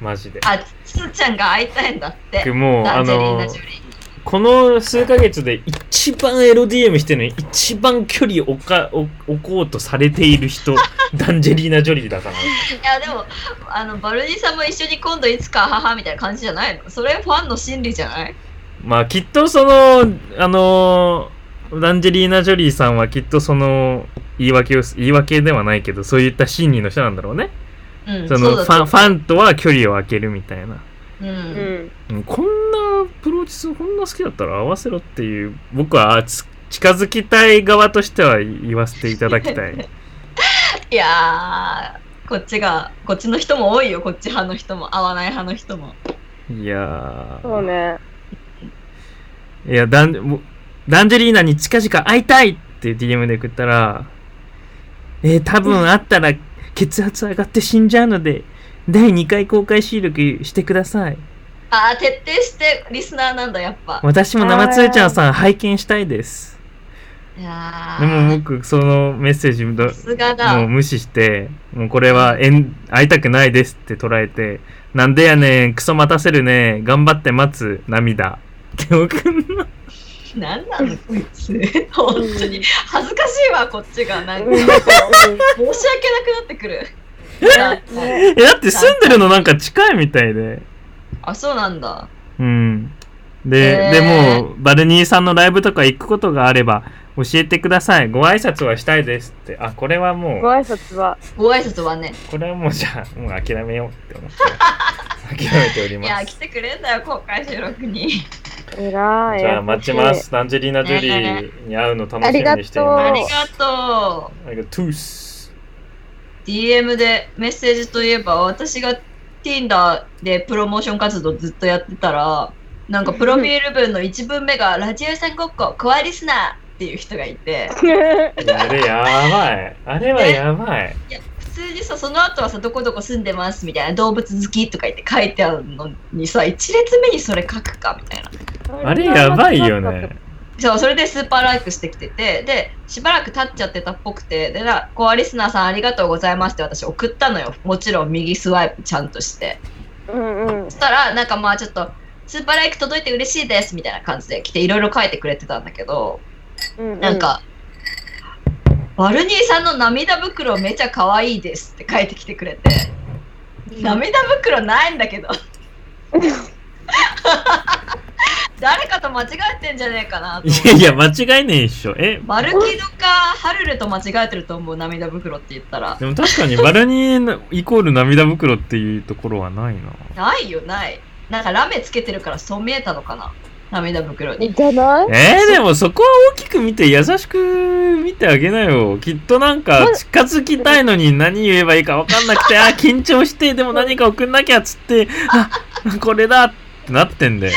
Speaker 3: マジで
Speaker 1: あ、すーちゃんが会いたいんだって。
Speaker 3: もう
Speaker 1: ダ
Speaker 3: あ
Speaker 1: ンジェリー
Speaker 3: の
Speaker 1: ナジョリー
Speaker 3: この数ヶ月で一番 LDM してるのに一番距離を置か置置こうとされている 人ダンジェリーナ・ジョリーだから
Speaker 1: いや、でも、あの、バルニーさんも一緒に今度いつか、母みたいな感じじゃないのそれファンの心理じゃない
Speaker 3: まあきっとそのあのダンジェリーナ・ジョリーさんはきっとその言い訳をす言い訳ではないけどそういった真理の人なんだろうね
Speaker 1: うん、
Speaker 3: そ
Speaker 1: そう
Speaker 3: の
Speaker 1: だ
Speaker 3: ファ
Speaker 1: と
Speaker 3: ンファンとは距離を空けるみたいな
Speaker 1: 思う
Speaker 2: す。
Speaker 1: うん。
Speaker 2: うん。
Speaker 3: うんこんなプロデュースこんな好きだったら合わせろっていう僕はつ近づきたい側としては言わせていただきたい
Speaker 1: いやー、こっちが、こっちの人も多いよ、こっち派の人も、合わない派の人も。
Speaker 3: いや
Speaker 2: そう
Speaker 3: ー
Speaker 2: ね。
Speaker 3: いやダンもうダンジェリーナに近々会いたいって DM で送ったらえー、多分会ったら血圧上がって死んじゃうので第2回公開収録してください
Speaker 1: あー、徹底してリスナーなんだ、やっぱ。
Speaker 3: 私も生つーちゃんさん拝見したいです
Speaker 1: いや
Speaker 3: でも
Speaker 1: ー、
Speaker 3: 僕そのメッセージど
Speaker 1: さすが
Speaker 3: もう
Speaker 1: だ。
Speaker 3: 無視して、もうこれは縁会いたくないですって捉えて、なんでやねん、クソ待たせるね、頑張って待つ、 涙。って送んな
Speaker 1: なんなの、こい つ。本当に。恥ずかしいわ、こっちが。なんか、
Speaker 2: うん
Speaker 1: 申し訳なくなってくる。なんか
Speaker 2: ね
Speaker 3: え、だって住んでるのなんか近いみたいで。
Speaker 1: あ、そうなんだ。
Speaker 3: うん。で、
Speaker 1: えー
Speaker 3: でも、バルニーさんのライブとか行くことがあれば、教えてください。ご挨拶はしたいですって。あ、これはもう
Speaker 2: ご、挨拶は、
Speaker 1: ご挨拶はね。
Speaker 3: これはもうじゃあ、もう諦めようって思って、諦めており
Speaker 1: いや
Speaker 3: ま
Speaker 1: ー、来
Speaker 3: す。
Speaker 1: てくれんだよ、公開収録に。
Speaker 2: えらい。
Speaker 3: じゃあ待ち ま。す。ダンジェリーナ・ジュリ
Speaker 1: ね
Speaker 3: ーに会うの楽しみにしてい
Speaker 2: あ
Speaker 1: あ
Speaker 3: ま
Speaker 1: り
Speaker 3: す。
Speaker 1: がとう。
Speaker 3: ありがとうっす。
Speaker 1: DM でメッセージといえば私が Tinder でプロモーション活動ずっとやってたらなんかプロフィール文の1文目が「ラジオ屋さんごっこコアリスナー」っていう人がいて
Speaker 3: あれやばい。あれはやばい。
Speaker 1: 普通にさその後はさ「どこどこ住んでます」みたいな「動物好き」とか言って書いてあるのにさ1列目にそれ書くかみたいな
Speaker 3: あれやばいよね。。
Speaker 1: そうそれでスーパーライクしてきててでしばらく経っちゃってたっぽくてでなコアリスナーさんありがとうございますって私送ったのよもちろん右スワイプちゃんとして
Speaker 2: うんうん
Speaker 1: そ。したらなんかまあちょっと「スーパーライク届いて嬉しいです」みたいな感じで来ていろいろ書いてくれてたんだけど
Speaker 2: うう
Speaker 1: なん。か「バルニーさんの涙袋めちゃ可愛いです」って書いてきてくれて涙袋ないんだけど誰かと間違えてんじゃねえかなと思
Speaker 3: い
Speaker 1: っ
Speaker 3: や
Speaker 1: て
Speaker 3: いや、間違いねえっしょ。え、
Speaker 1: マルキドかハルルと間違えてると思う涙袋って言ったら
Speaker 3: でも確かにバルニーイコール涙袋っていうところはないな。
Speaker 1: ないよないなんかラメつけてるからそう見えたのかな涙袋に
Speaker 2: じゃない
Speaker 3: えー、でもそこは大きく見て優しく見てあげなよ。きっとなんか近づきたいのに何言えばいいか分かん なくて、あ、緊張して、でも何か送んなきゃっつって、あ、これだってなってんだよ。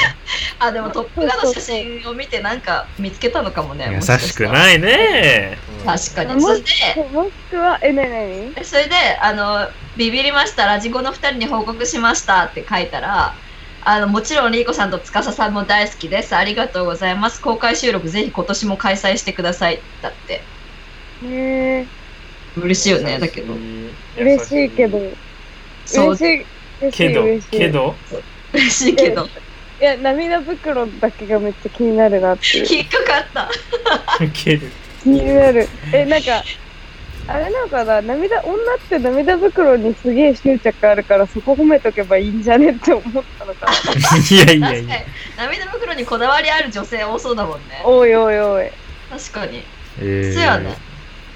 Speaker 1: あでもトップガンの写真を見てなんか見つけたのかもね
Speaker 3: 優しく
Speaker 1: い
Speaker 3: ないね。
Speaker 1: 確かに
Speaker 2: も
Speaker 1: それ
Speaker 2: し
Speaker 1: で
Speaker 2: もしくは、え、なになに
Speaker 1: それであの「ビビりましたラジゴの2人に報告しました」って書いたらあの「もちろんリーコさんと司さんも大好きですありがとうございます公開収録ぜひ今年も開催してください」だって
Speaker 2: ね
Speaker 1: 嬉しいよねだけど。
Speaker 2: え、嬉しいけど。。
Speaker 1: そう
Speaker 2: 嬉しい。嬉し
Speaker 3: け
Speaker 2: い
Speaker 3: ど
Speaker 2: 嬉し、い
Speaker 3: け ど。
Speaker 1: 嬉しいけど
Speaker 2: いや、涙袋だけがめっちゃ気になるなっていう。
Speaker 1: 引っかかった
Speaker 3: けど
Speaker 2: 気になる。え、なんか、あれなのかな涙、女って涙袋にすげえ執着あるから、そこ褒めとけばいいんじゃねって思ったのかな。
Speaker 3: いやいや
Speaker 1: 確
Speaker 3: い
Speaker 1: か
Speaker 3: や
Speaker 1: に。涙袋にこだわりある女性多そうだもんね
Speaker 2: おいおいおい。
Speaker 1: 確かに
Speaker 3: え
Speaker 1: そうやね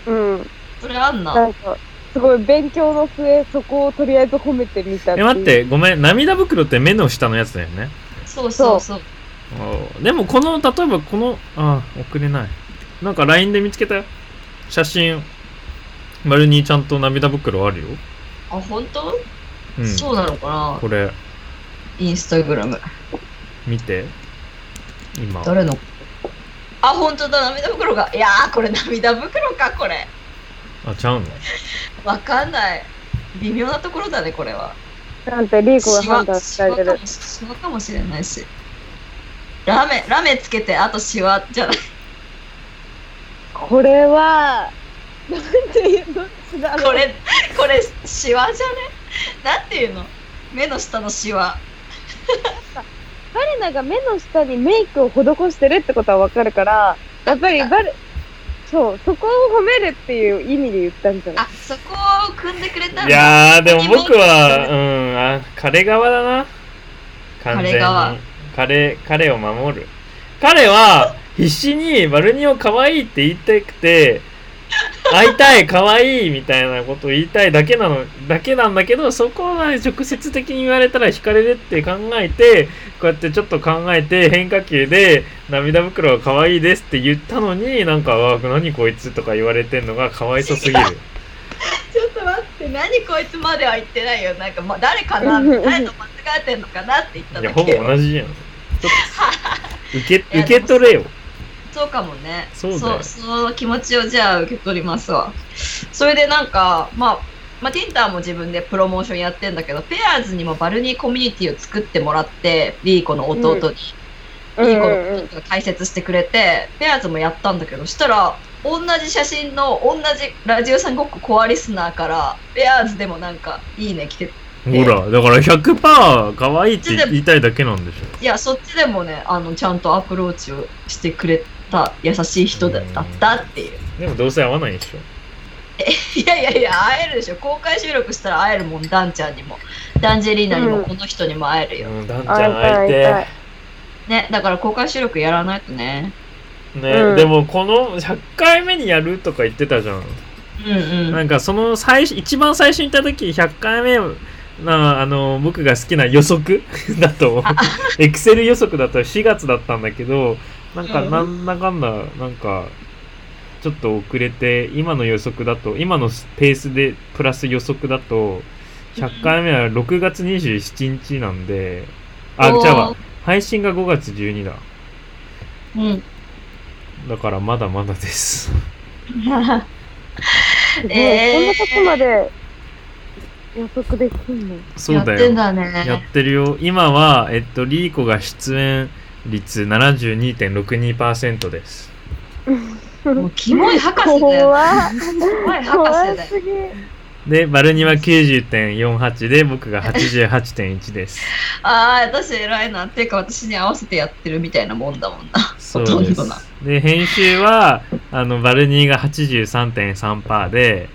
Speaker 2: うん。
Speaker 1: それあん
Speaker 2: な
Speaker 1: なん
Speaker 2: か、すごい勉強の末、そこをとりあえず褒めてみた
Speaker 3: え、
Speaker 2: いう
Speaker 3: 待って、ごめん。涙袋って目の下のやつだよね。
Speaker 1: そうそうそう
Speaker 3: おでも、この、例えばこの、あ、送れない。なんか LINE で見つけたよ。写真。丸にちゃんと涙袋あるよ。
Speaker 1: あ、本当、
Speaker 3: うん。
Speaker 1: そうなのかな
Speaker 3: これ、
Speaker 1: インスタグラム。
Speaker 3: 見て。今。
Speaker 1: 誰のあ、本当だ、涙袋が。いやー、これ涙袋か、これ。
Speaker 3: あ、ちゃうの
Speaker 1: わかんない。微妙なところだね、これは。
Speaker 2: なんてリーコが
Speaker 1: シワ
Speaker 2: 判断してあげる。
Speaker 1: シワかもしれないしラメラメつけてあとシワ じゃない
Speaker 2: これは、なんていう、どっちだろ
Speaker 1: こ
Speaker 2: う。
Speaker 1: れこれシワじゃねなんていうの目の下のシワ
Speaker 2: バレナが目の下にメイクを施してるってことはわかるから、やっぱりバレ、そう、そこを褒めるっていう意味で言ったんじゃない
Speaker 1: あそこを組んでくれたんだ
Speaker 3: いやー、でも僕は、うん、あ、彼側だな。完全
Speaker 1: 彼
Speaker 3: に
Speaker 1: 側。
Speaker 3: 彼、彼を守る。彼は、必死にバルニを可愛いって言いたく て、会いたい、可愛いみたいなことを言いたいだけなの、だけなんだけど、そこは直接的に言われたら惹かれるって考えて、こうやってちょっと考えて変化球で涙袋は可愛いですって言ったのに、なんか、わあ、何こいつとか言われてんのが可哀想すぎる。
Speaker 1: ちょっと待って何こいつまでは言ってないよなんか、ま、誰かな誰と間違えてんのかなって言った
Speaker 3: い
Speaker 1: だ
Speaker 3: や、
Speaker 1: け
Speaker 3: ほぼ同じやん。ちょっと受け、受け取れよ。
Speaker 1: そうかもね。
Speaker 3: そうだよ
Speaker 1: そう、その気持ちをじゃあ受け取りますわ。それでなんか、まあ、まあ、ティンターも自分でプロモーションやってんだけど、ペアーズにもバルニーコミュニティを作ってもらって、リーコの弟に、リ
Speaker 2: うん
Speaker 1: ーコ
Speaker 2: うんう
Speaker 1: の
Speaker 2: ん
Speaker 1: 弟が解説してくれて、ペアーズもやったんだけど、したら、同じ写真の同じラジオさんごっこコアリスナーから、ペアーズでもなんか、いいね来て、
Speaker 3: ほら、だから100%可愛いって言いたいだけなんでしょ。
Speaker 1: いや、そっちでもね、あの、ちゃんとアプローチをしてくれた優しい人だったっていう。
Speaker 3: でもどうせ合わないでしょ。
Speaker 1: いやいやいや、会えるでしょ。公開収録したら会えるもん、ダンちゃんにも。ダンジェリーナに
Speaker 2: う
Speaker 1: も、
Speaker 2: ん
Speaker 1: この人にも会えるよ。
Speaker 3: うん、ダンち
Speaker 2: 会
Speaker 3: ゃ
Speaker 2: い
Speaker 3: ん
Speaker 2: た
Speaker 3: 相
Speaker 2: い会いたい
Speaker 3: 手。
Speaker 1: ね、だから公開収録やらないとね。
Speaker 3: ね、
Speaker 2: うん
Speaker 3: でもこの100回目にやるとか言ってたじゃん。
Speaker 1: うんう。
Speaker 3: なんんかその最初、一番最初に行った時、100回目、なあの僕が好きな予測 だ と、エクセル予測だと4月だったんだけど、なんか
Speaker 1: うん
Speaker 3: なんだかんだ、なんか、ちょっと遅れて、今の予測だと、今のペースでプラス予測だと、100回目は6月27日なんで、あ、
Speaker 1: おー
Speaker 3: じゃあ、配信が5月12だ。
Speaker 1: うん。
Speaker 3: だからまだまだです。
Speaker 2: すごい
Speaker 1: えー
Speaker 2: こんなとこまで予測できんの
Speaker 3: そうだよ。
Speaker 1: やってんだ
Speaker 3: や
Speaker 1: ね。
Speaker 3: ってるよ。今は、えっと、リーコが出演率72.62%です。
Speaker 1: もうキモい博士だよ。
Speaker 2: 怖い
Speaker 1: キモい博
Speaker 2: 怖
Speaker 1: 士
Speaker 2: い
Speaker 1: だよ。
Speaker 2: すぎ
Speaker 3: で、バルニは90.48で、僕が88.1です。
Speaker 1: ああ、私偉いな。っていうか、私に合わせてやってるみたいなもんだもんな。
Speaker 3: そうで す
Speaker 1: ほとんどな。
Speaker 3: で、編集は、あの、バルニーが83.3%で、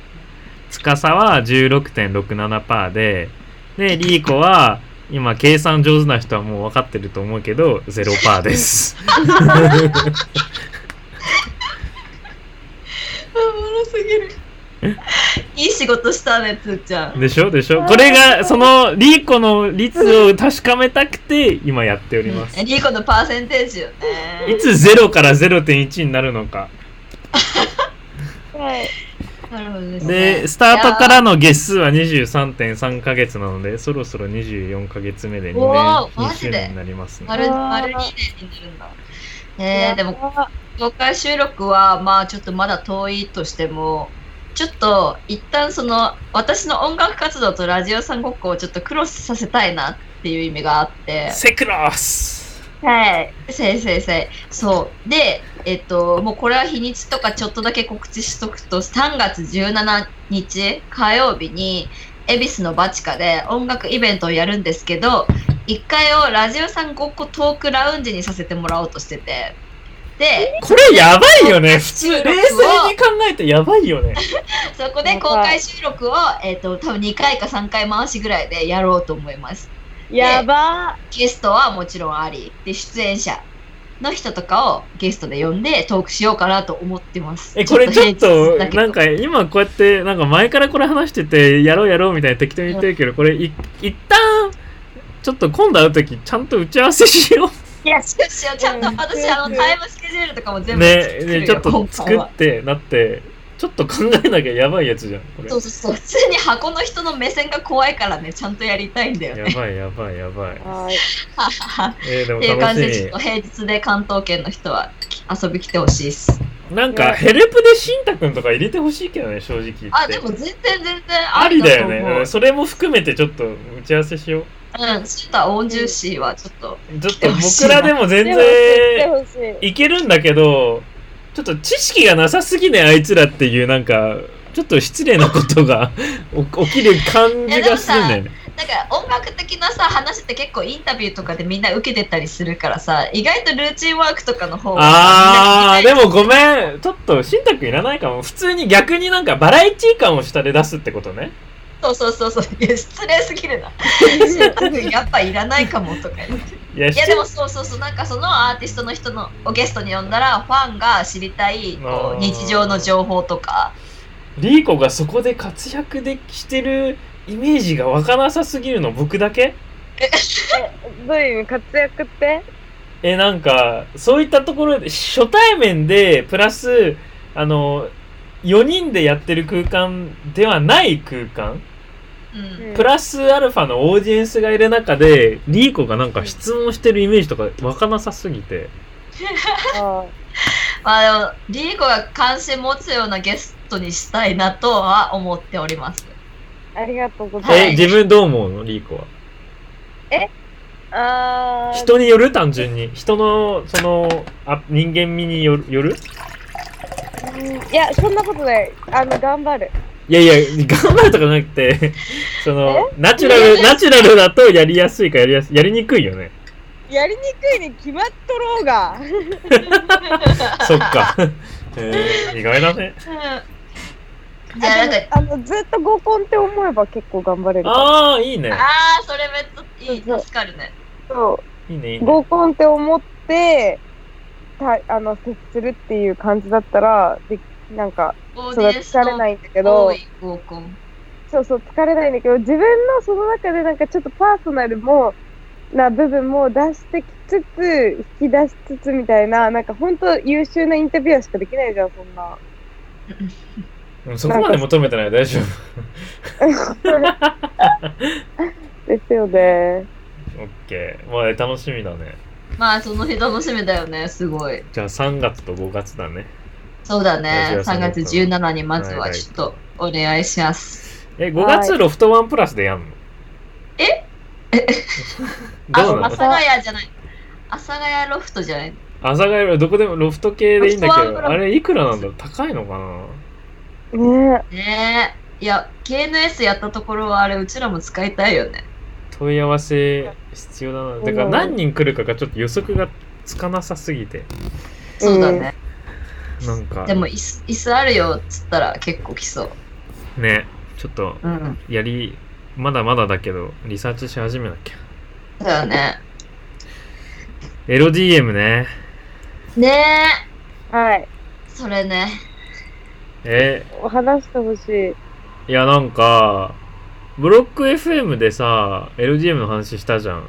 Speaker 3: 司は16.67%で、で、リーコは、今、計算上手な人はもう分かってると思うけど、0%です。
Speaker 1: あおもろすぎる。いい仕事したね、つーちゃん。
Speaker 3: でしょでしょこれが、その、リーコの率を確かめたくて、今やっております。
Speaker 1: リーコのパーセンテージよね。
Speaker 3: いつ0から0.1になるのか。
Speaker 2: はい
Speaker 1: なるほどですね
Speaker 3: で、スタートからの月数は23.3ヶ月なので、そろそろ24ヶ月目で2
Speaker 1: おー
Speaker 3: 年、
Speaker 1: マ
Speaker 3: 2
Speaker 1: ジ
Speaker 3: 周
Speaker 1: で
Speaker 3: 年になりますね。
Speaker 1: 丸
Speaker 2: うわー
Speaker 1: 丸2年になるんだ。えー、でも
Speaker 2: や
Speaker 1: 公開収録はまあちょっとまだ遠いとしてもちょっと一旦その私の音楽活動とラジオさんごっこをちょっとクロスさせたいなっていう意味があって
Speaker 3: セクロス
Speaker 1: はいせいせいせいそうでえっともうこれは日にちとかちょっとだけ告知しとくと3月17日火曜日に恵比寿のバチカで音楽イベントをやるんですけど1回をラジオさんごっこトークラウンジにさせてもらおうとしててで、
Speaker 3: これやばいよね普通、冷
Speaker 1: 16
Speaker 3: 静に考えてやばいよね。
Speaker 1: そこで公開収録を、えっと多分2回か3回回しぐらいでやろうと思います
Speaker 2: やば
Speaker 1: ゲストはもちろんありで出演者の人とかをゲストで呼んでトークしようかなと思ってます
Speaker 3: え、これちょっと、
Speaker 1: 平日だけど
Speaker 3: なんか今こうやって、なんか前からこれ話してて、やろうやろうみたいな適当に言ってるけど、これい一旦、ちょっと今度会うとき、ちゃんと打ち合わせしよ
Speaker 1: いやしかしちゃんと
Speaker 2: うん
Speaker 1: 私あのタイムスケジュールとかも
Speaker 3: う。
Speaker 1: 全部作
Speaker 3: ね
Speaker 1: るよ
Speaker 3: ね、ちょっと
Speaker 1: 今
Speaker 3: 作
Speaker 1: 回は
Speaker 3: って、だって、ちょっと考えなきゃやばいやつじゃん、これ。
Speaker 1: そうそうそう。普通に箱の人の目線が怖いからね、ちゃんとやりたいんだよ
Speaker 3: や
Speaker 1: ね。
Speaker 3: ばいやばいや ばい。
Speaker 2: はい。
Speaker 3: えー、で
Speaker 1: っ
Speaker 3: も
Speaker 1: ていう感
Speaker 3: 楽
Speaker 1: じで、ちょっ
Speaker 3: し
Speaker 1: と平日で関東圏の人は遊び来てほしいっす。
Speaker 3: み。なんか、ヘルプでしんたくんとか入れてほしいけどね、正直言って。
Speaker 1: あ、でも全然全然
Speaker 3: ありだよ
Speaker 1: と思う
Speaker 3: ね。うんそれも含めてちょっと打ち合わせしよう。
Speaker 1: うん、ちょっとオンジューシーはちょっと、
Speaker 3: ちょっと僕らでも全
Speaker 2: でも知っ
Speaker 3: 然
Speaker 2: てほしい。
Speaker 3: いけるんだけど、ちょっと知識がなさすぎね、あいつらっていう、なんか、ちょっと失礼なことが 起きる感じがするんだよね。
Speaker 1: なんか音楽的なさ、話って結構インタビューとかでみんな受けてたりするからさ、意外とルーチンワークとかの方が
Speaker 3: あー、
Speaker 1: みんな聞きたい
Speaker 3: でもごめん。ちょっと、しんたくんいらないかも。普通に逆になんかバラエティ感を下で出すってことね。
Speaker 1: そうそうそうそう、いや失礼すぎるな。新宅やっぱいらないかもとか言って。
Speaker 3: いや、
Speaker 1: いやでもそうそうそう、なんかそのアーティストの人のをゲストに呼んだら、ファンが知りたいこ
Speaker 3: あー
Speaker 1: う日常の情報とか、
Speaker 3: リーコがそこで活躍できてるイメージがわからなさすぎるの、僕だけ
Speaker 2: えどういう意味活躍って
Speaker 3: えなんかそういったところで初対面でプラスあの4人でやってる空間ではない空間
Speaker 1: うん、
Speaker 3: プラスアルファのオーディエンスがいる中でリーコがなんか質問してるイメージとかわかなさすぎて
Speaker 2: あ
Speaker 1: まあでもリーコが関心持つようなゲストにしたいなとは思っております。
Speaker 2: ーありがとうござ
Speaker 1: はい
Speaker 3: え
Speaker 2: い
Speaker 3: 自分どう思うのリーコは
Speaker 2: ます。あー
Speaker 3: 人による単純に人のそのあ人間味によるよる
Speaker 2: うんいや、そんなことない。あの、頑張る。
Speaker 3: いやいや頑張るとかじゃなくてそのナチュラルナチュラルだとやりやすいかやりやすいやりにくいよね
Speaker 2: やりにくいに決まっとろうが。
Speaker 3: そっか。えー、意外だね。
Speaker 1: じゃあなんか
Speaker 2: あの、ずっと合コンって思えば結構頑張れるから。
Speaker 3: ああ、いいね。
Speaker 1: ああ、それめっちゃいい、
Speaker 2: そうそう
Speaker 1: 助かるね。
Speaker 2: そ。
Speaker 3: いいね、いいうね。
Speaker 2: 合コンって思って、たあの、接するっていう感じだったら、でなんか、
Speaker 1: オ
Speaker 2: そ
Speaker 1: ー
Speaker 2: れは
Speaker 1: ディエンス
Speaker 2: 疲れ
Speaker 1: の
Speaker 2: ないんだけど
Speaker 1: 多、い合コン。
Speaker 2: そうそう、疲れないんだけど、自分のその中でなんかちょっとパーソナルも、な部分も出してきつつ、引き出しつつみたいな、なんか本当優秀なインタビュアーしかできないじゃん、そんな。
Speaker 3: うんそこまで求めてない、大丈夫。
Speaker 2: ですよね。
Speaker 3: オッケー。まあ、楽しみだね。
Speaker 1: まあ、その日楽しみだよね、すごい。
Speaker 3: じゃあ、3月と5月だね。
Speaker 1: そうだね、
Speaker 3: じゃあ
Speaker 1: 3
Speaker 3: じゃあ
Speaker 1: 月17にまずはちょっとお願いします。
Speaker 3: え、5月ロフトワンプラスでやんの
Speaker 1: え
Speaker 3: どう
Speaker 1: あ、阿
Speaker 3: な
Speaker 1: 佐
Speaker 3: の
Speaker 1: ヶ谷じゃない。阿佐ヶ谷ロフトじゃない。
Speaker 3: 朝佐ヶ谷どこでもロフト系でいいんだけ
Speaker 1: ロフトワンプ
Speaker 3: ど、
Speaker 1: ラス
Speaker 3: あれいくらなんだろう高いのかな
Speaker 2: ね
Speaker 1: ねえ。いや、KNS やったところはあれ、うちらも使いたいよね。
Speaker 3: 問い合わせ必要だな。だから
Speaker 2: うん
Speaker 3: 何人来るかがちょっと予測がつかなさすぎて。
Speaker 1: そうだね。
Speaker 3: なんか
Speaker 1: で、も椅子、椅子あるよっつったら結構来そう。
Speaker 3: ね、ちょっと
Speaker 1: うん。
Speaker 3: やりまだまだだけどリサーチし始めなきゃ
Speaker 1: だよね。
Speaker 3: エロ DM ね
Speaker 1: ねえ。
Speaker 2: はい。
Speaker 1: それね。
Speaker 3: え
Speaker 2: お話してほしい。
Speaker 3: いやなんかブロック FM でさ LDM の話したじゃん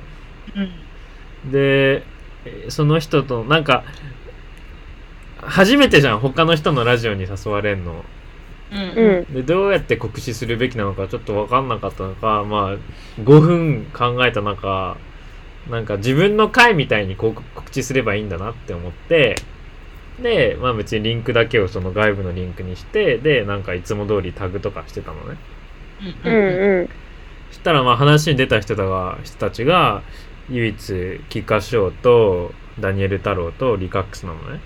Speaker 1: うん。
Speaker 3: でえその人となんか初めてじゃん他の人のラジオに誘われんの
Speaker 1: うん。
Speaker 2: う
Speaker 1: うん
Speaker 2: ん。
Speaker 3: でどうやって告知するべきなのかちょっと分かんなかったのかまあ5分考えた中なんか自分の回みたいにこう告知すればいいんだなって思ってでまあ別にリンクだけをその外部のリンクにしてでなんかいつも通りタグとかしてたのね
Speaker 2: う
Speaker 1: うんうん
Speaker 2: んうん。
Speaker 3: そしたらまあ話に出た人だが人たちが唯一菊花師匠とダニエル太郎とリカックスなのね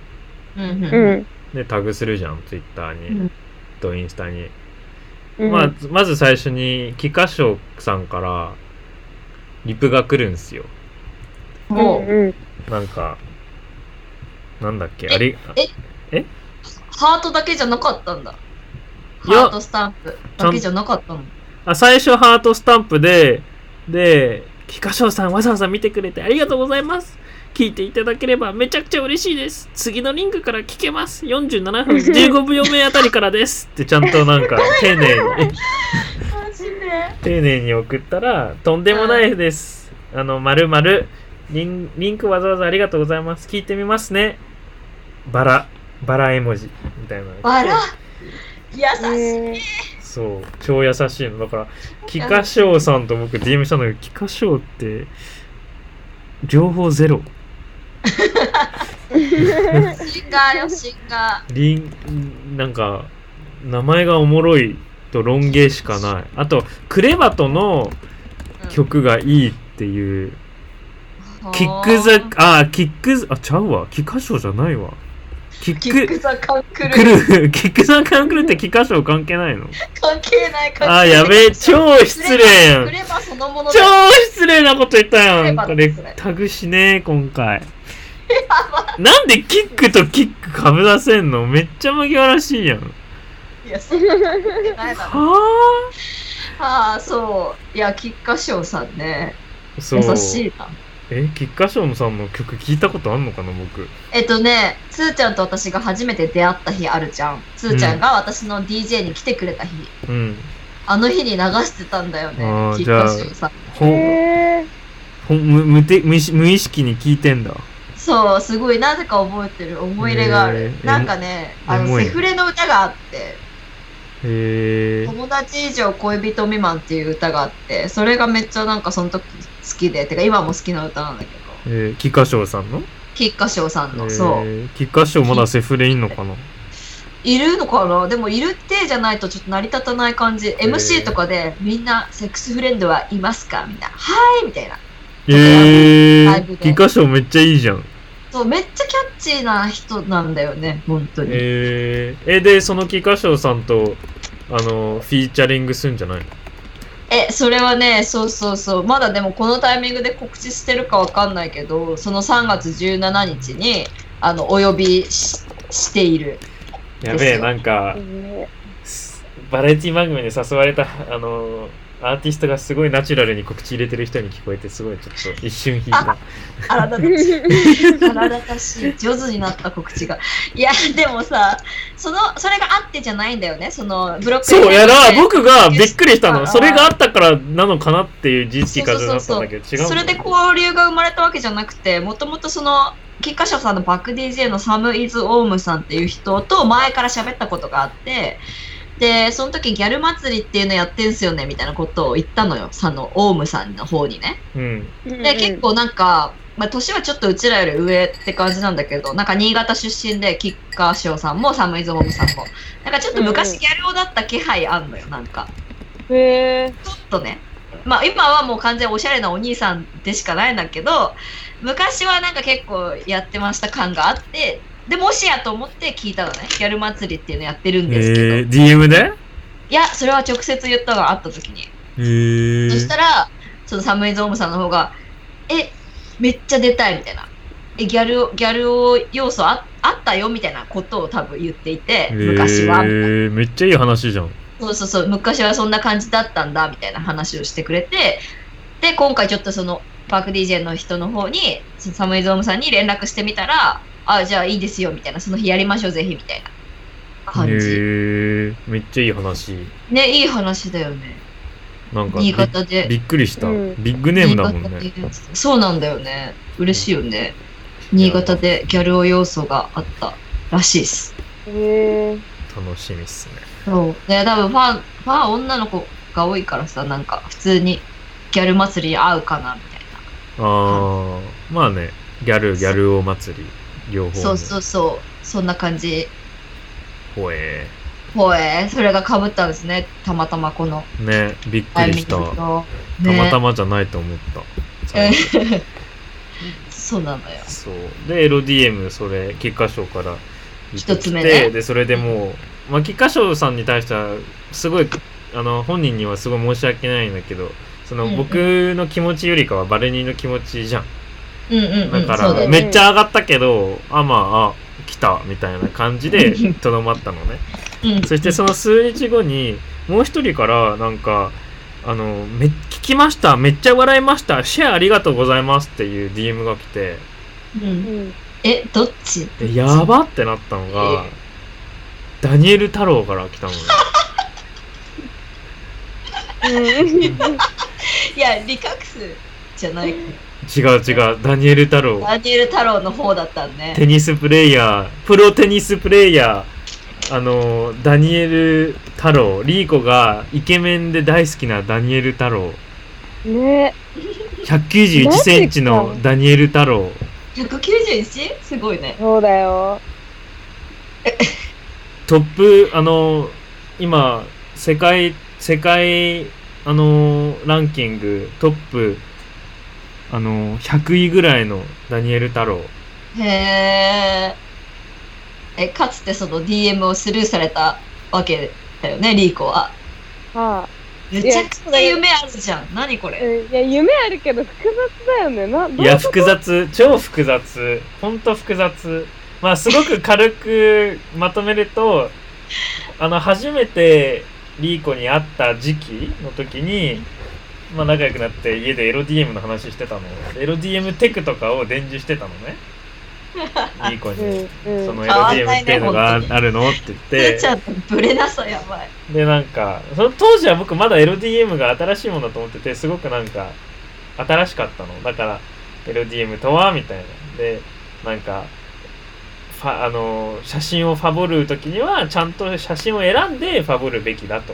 Speaker 1: うんうん
Speaker 2: う
Speaker 1: うん
Speaker 2: ん。
Speaker 3: でタグするじゃんツイッターに、
Speaker 1: うん
Speaker 3: とインスタに
Speaker 2: うん
Speaker 3: まあ、まず最初に、キカショウさんから、リプが来るんですよ。
Speaker 1: もう
Speaker 2: うん、うん。
Speaker 3: なんか、なんだっけ、あり、
Speaker 1: ハートだけじゃなかったんだ。
Speaker 3: いや
Speaker 1: ハートスタンプだけじゃなかったの。
Speaker 3: あ、最初ハートスタンプで、で、キカショウさんわざわざ見てくれてありがとうございます。聞いていただければめちゃくちゃ嬉しいです。次のリンクから聞けます。47分15秒 目あたりから です。ってちゃんとなんか、丁寧に。
Speaker 1: マジで
Speaker 3: 丁寧に送ったら、とんでもないです。あの、まるまる、リンリンクわざわざありがとうございます。聞いてみますね。バラ、バラ絵文字みたいなのが来て。
Speaker 1: バラ優しい。
Speaker 2: えー
Speaker 3: そう超優しいのだからキカショウさんと僕 DM したんだけどキカショウって両方ゼロ
Speaker 1: シンガーよ、シンガ
Speaker 3: リンなんか名前がおもろいとロン毛しかないあとクレバトの
Speaker 1: ー。
Speaker 3: 曲がいいっていう、
Speaker 1: うん
Speaker 3: キックザあキックザあちゃうわキカショウじゃないわキッ
Speaker 1: キック
Speaker 3: ク
Speaker 1: ザカンク
Speaker 3: ク
Speaker 1: ルー。
Speaker 3: ルーキックザカンクルーってキカショウ関係ないの
Speaker 1: 関係ない関係ない。
Speaker 3: あーやべえ超失礼やん
Speaker 1: クレバそのもの
Speaker 3: 超
Speaker 1: だ
Speaker 3: 失礼なこと言ったやん。
Speaker 1: そう
Speaker 3: こ
Speaker 1: いえ
Speaker 3: れ
Speaker 1: ばそれ、
Speaker 3: タグしねえ、今回。なんでキックとキックかぶらせんのめっちゃ麦わらしいやん。はい
Speaker 1: や、そんな関係ない だろ。
Speaker 3: あ
Speaker 1: ああ、そう。いや、キッカショウさんね。
Speaker 3: そう。
Speaker 1: 優しいな。
Speaker 3: え、キッカショウさんの曲聞いたことあんのかな、僕。
Speaker 1: えっとね、つーちゃんと私が初めて出会った日あるじゃん。つーちゃんが私の DJ に来てくれた日。
Speaker 3: うん。
Speaker 1: あの日に流してたんだよ
Speaker 3: あ
Speaker 1: ね
Speaker 3: ー、
Speaker 1: キッカショウさん。
Speaker 3: ほ
Speaker 2: え
Speaker 3: ほ無無て無意識無意識に聞いてんだ。
Speaker 1: そう、すごい、なぜか覚えてる。思い入れがある。
Speaker 3: へー
Speaker 1: なんかね、あ
Speaker 3: エ
Speaker 1: の、
Speaker 3: モい
Speaker 1: セフレの歌があって、
Speaker 3: へえ。
Speaker 1: 友達以上恋人未満っていう歌があって、それがめっちゃなんかその時好きで、てか今も好きな歌なんだけど、
Speaker 3: えー、キッカショウさんの
Speaker 1: キッカショウさん
Speaker 3: え
Speaker 1: の、
Speaker 3: ー
Speaker 1: そう。
Speaker 3: キッカショウまだセフレいんのかない
Speaker 1: るのかなでもいるってじゃないとちょっと成り立たない感じ。MC とかでみんなセックスフレンドはいますかみんな。はいみたいな。
Speaker 3: ええ
Speaker 1: ライブ
Speaker 3: ー、
Speaker 1: で
Speaker 3: キッカショウめっちゃいいじゃん。
Speaker 1: そう、めっちゃキャッチーな人なんだよね、本当に。
Speaker 3: えー、えでそのキカショウさんとあのフィーチャリングするんじゃないの
Speaker 1: え、それはね、そうそうそう。まだでもこのタイミングで告知してるかわかんないけど、その3月17日に、あの、お呼びししている。
Speaker 3: やべえなんか
Speaker 2: ー。
Speaker 3: すバラエティ番組で誘われたあのアーティストがすごいナチュラルに告知入れてる人に聞こえてすごいちょっと一瞬引いた
Speaker 1: あら だ腹立たしい上手になった告知がいやでもさそのそれがあってじゃないんだよねそのブロック
Speaker 3: そうやら僕がび
Speaker 1: び
Speaker 3: っ
Speaker 1: っ
Speaker 3: く
Speaker 1: くり
Speaker 3: りし
Speaker 1: したた
Speaker 3: の
Speaker 1: の
Speaker 3: それがあったからなのかなっていう自意識からだったんだけど違う
Speaker 1: それで交流が生まれたわけじゃなくてもともとその菊花賞さんのバック DJ のサム・イズ・オウムさんっていう人と前から喋ったことがあってでその時ギャル祭りっていうのやってんすよねみたいなことを言ったのよそのオウムさんの方にね
Speaker 3: うん
Speaker 1: で、結構なんか、まあ、年はちょっとうちらより上って感じなんだけど、なんか新潟出身で、キッカーショウさんもサムイズオムさんも、なんかちょっと
Speaker 2: うんう
Speaker 1: 昔
Speaker 2: ん
Speaker 1: ギャル男だった気配あんのよ、なんか。
Speaker 2: へえ
Speaker 1: ちょっとね。まあ今はもう完全におしゃれなお兄さんでしかないんだけど、昔はなんか結構やってました感があって、で、もしやと思って聞いたのね。ギャル祭りっていうのやってるんですけど。
Speaker 3: えー、DM で
Speaker 1: いや、それは直接言ったのがあった時に。
Speaker 3: えー
Speaker 1: そしたら、そのサムイズ・オウムさんの方が、え、めっちゃ出たいみたいな。え、ギャルを、ギャルを要素ああったよみたいなことを多分言っていて、昔は。
Speaker 3: えー、めっちゃいい話じゃん
Speaker 1: そうそうそう、昔はそんな感じだったんだみたいな話をしてくれて、で、今回ちょっとその、パーク DJ の人の方に、そのサムイズ・オウムさんに連絡してみたら、あ、じゃあいいですよみたいな、その日やりましょうぜひみたいな
Speaker 3: え
Speaker 1: 感じ。
Speaker 3: ー、めっちゃいい話
Speaker 1: ね、いい話だよね。
Speaker 3: なんか
Speaker 1: 新潟で。
Speaker 3: びっくりした、
Speaker 2: うん
Speaker 3: ビッグネームだもんね
Speaker 1: 新潟でそうなんだよね。嬉しいよね。新潟でギャル男要素があったらしいです。
Speaker 2: へえ
Speaker 3: 楽しみっすね
Speaker 1: そう。で、多分ファン、ファン女の子が多いからさ、なんか普通にギャル祭りに合うかなみたいな。
Speaker 3: ああまあねギャルギャルお祭り両方
Speaker 1: そうそううそう。そんな感じ。
Speaker 3: ほえ
Speaker 1: ほえ、それが被ったんですね。たまたまこの
Speaker 3: ーねびっくりした、
Speaker 1: タイミング
Speaker 3: た
Speaker 1: と
Speaker 3: ま
Speaker 1: ね
Speaker 3: たまじゃないと思った最初
Speaker 1: そうなのよ。
Speaker 3: そうでエロ DM それ菊花賞から
Speaker 1: 一つ目
Speaker 3: で
Speaker 1: ね
Speaker 3: でそれでもう、まあ、菊花賞さんに対してはすごいあの本人にはすごい申し訳ないんだけどその、
Speaker 1: うんうん
Speaker 3: 僕の気持ちよりかはバレニーの気持ちじゃん
Speaker 1: うんうんう
Speaker 3: だ
Speaker 1: ん。
Speaker 3: か
Speaker 1: そうだ
Speaker 3: ら、
Speaker 1: よね。
Speaker 3: めっちゃ上がったけど、あ、まあ、あ、来た、みたいな感 じで、とどまったのね。
Speaker 1: うん
Speaker 3: そして、その数日後に、もう一人から、なんか、あの、め、聞きました、めっちゃ笑いました、シェアありがとうございますっていう DM が来て、
Speaker 1: う
Speaker 2: うんん
Speaker 1: え、どっち
Speaker 3: でやばってなったのが、ダニエル太郎から来た のね。
Speaker 1: いや、リカクスじゃない。
Speaker 3: 違う違う、ダニエル太郎。
Speaker 1: ダニエル太郎の方だったんね。
Speaker 3: テニスプレイヤー、プロテニスプレイヤあのダニエル太郎リーコがイケメンで大好きなダニエル太郎
Speaker 2: ね
Speaker 3: 191センチのダニエル太郎
Speaker 1: 191? すごいね。
Speaker 2: そうだよ。
Speaker 3: トップあの今世界世界あのランキングトップあの100位ぐらいのダニエル太郎
Speaker 1: へーえ、かつてその DM をスルーされたわけだよね、リーコは。
Speaker 2: はあ、
Speaker 1: めちゃくちゃ夢あるじゃん。何これ。
Speaker 2: うんいや、夢あるけど複雑だよね。な、
Speaker 3: いや複雑超複雑ほんと複雑まあすごく軽くまとめるとあの初めてリーコに会った時期の時に、まあ、仲良くなって家でエロ DM の話してたのエロ DM テクとかを伝授してたのねリーコ
Speaker 2: う
Speaker 3: に。
Speaker 2: ん、うん。
Speaker 3: そのエ
Speaker 1: 変
Speaker 3: ロ
Speaker 1: わんないね
Speaker 3: DM っていうのがあるのって言っ
Speaker 1: ふー
Speaker 3: て
Speaker 1: ちゃんのブレなさやばい。
Speaker 3: でなんかその当時は僕まだ LDM が新しいものだと思っててすごくなんか新しかったのだから LDM とはみたいなでなんかファあの写真をファボる時にはちゃんと写真を選んでファボるべきだと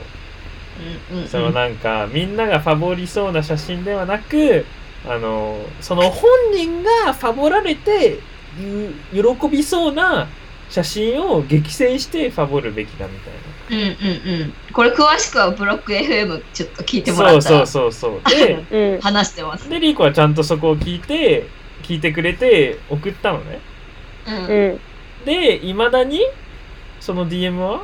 Speaker 1: うんうんうん。
Speaker 3: そのなんかみんながファボりそうな写真ではなくあのその本人がファボられてゆ喜びそうな写真を激戦してファボるべきだみたいな
Speaker 1: うんうんうん。これ詳しくはブロック FM ちょっと聞いてもら
Speaker 3: そう
Speaker 1: った
Speaker 3: そう
Speaker 1: ら
Speaker 3: そうそう で
Speaker 2: うん。
Speaker 1: 話してます。
Speaker 3: でリーコはちゃんとそこを聞いて聞いてくれて送ったのね
Speaker 1: うん。うん
Speaker 2: う
Speaker 3: でいまだにその DM は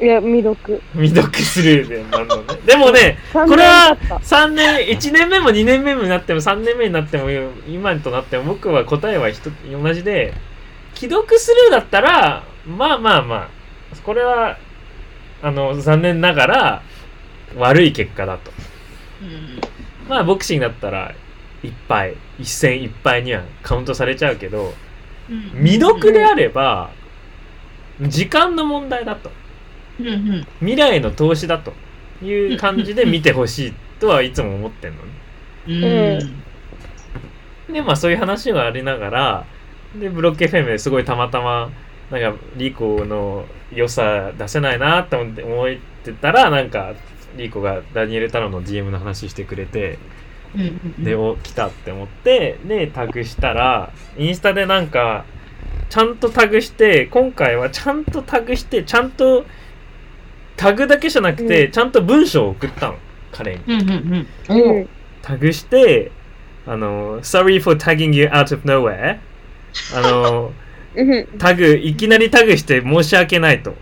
Speaker 2: ん。いや、未読。
Speaker 3: 未読スルーでなるのねでもね
Speaker 2: こ
Speaker 3: これは3年1年目も2年目になっても3年目になっても今となっても僕は答えは一つ同じで既読スルーだったらまあまあまあこれはあの残念ながら悪い結果だとまあボクシングだったらいっぱい一戦いっぱいにはカウントされちゃうけど
Speaker 1: うん
Speaker 3: 未読であれば時間の問題だと
Speaker 1: うんうん。
Speaker 3: 未来の投資だという感じで見てほしいとはいつも思ってんのね。
Speaker 1: うん。
Speaker 3: でまあそういう話がありながらでブロック FM ですごいたまたまなんかリコの良さ出せないなって思って思ってたらなんかリコがダニエル太郎の DM の話してくれて。
Speaker 1: うんうんうん
Speaker 3: で、お、来たって思って、で、タグしたら、インスタでなんか、ちゃんとタグして、今回はちゃんとタグして、ちゃんと、タグだけじゃなくて、
Speaker 2: う
Speaker 3: ちゃんと文章を送ったの、彼に。
Speaker 1: うんうんうん。
Speaker 2: う。
Speaker 1: おうん
Speaker 3: タグして、あの、sorry for tagging you out of nowhere。あの、
Speaker 2: うん。
Speaker 3: タグ、いきなりタグして申し訳ないと。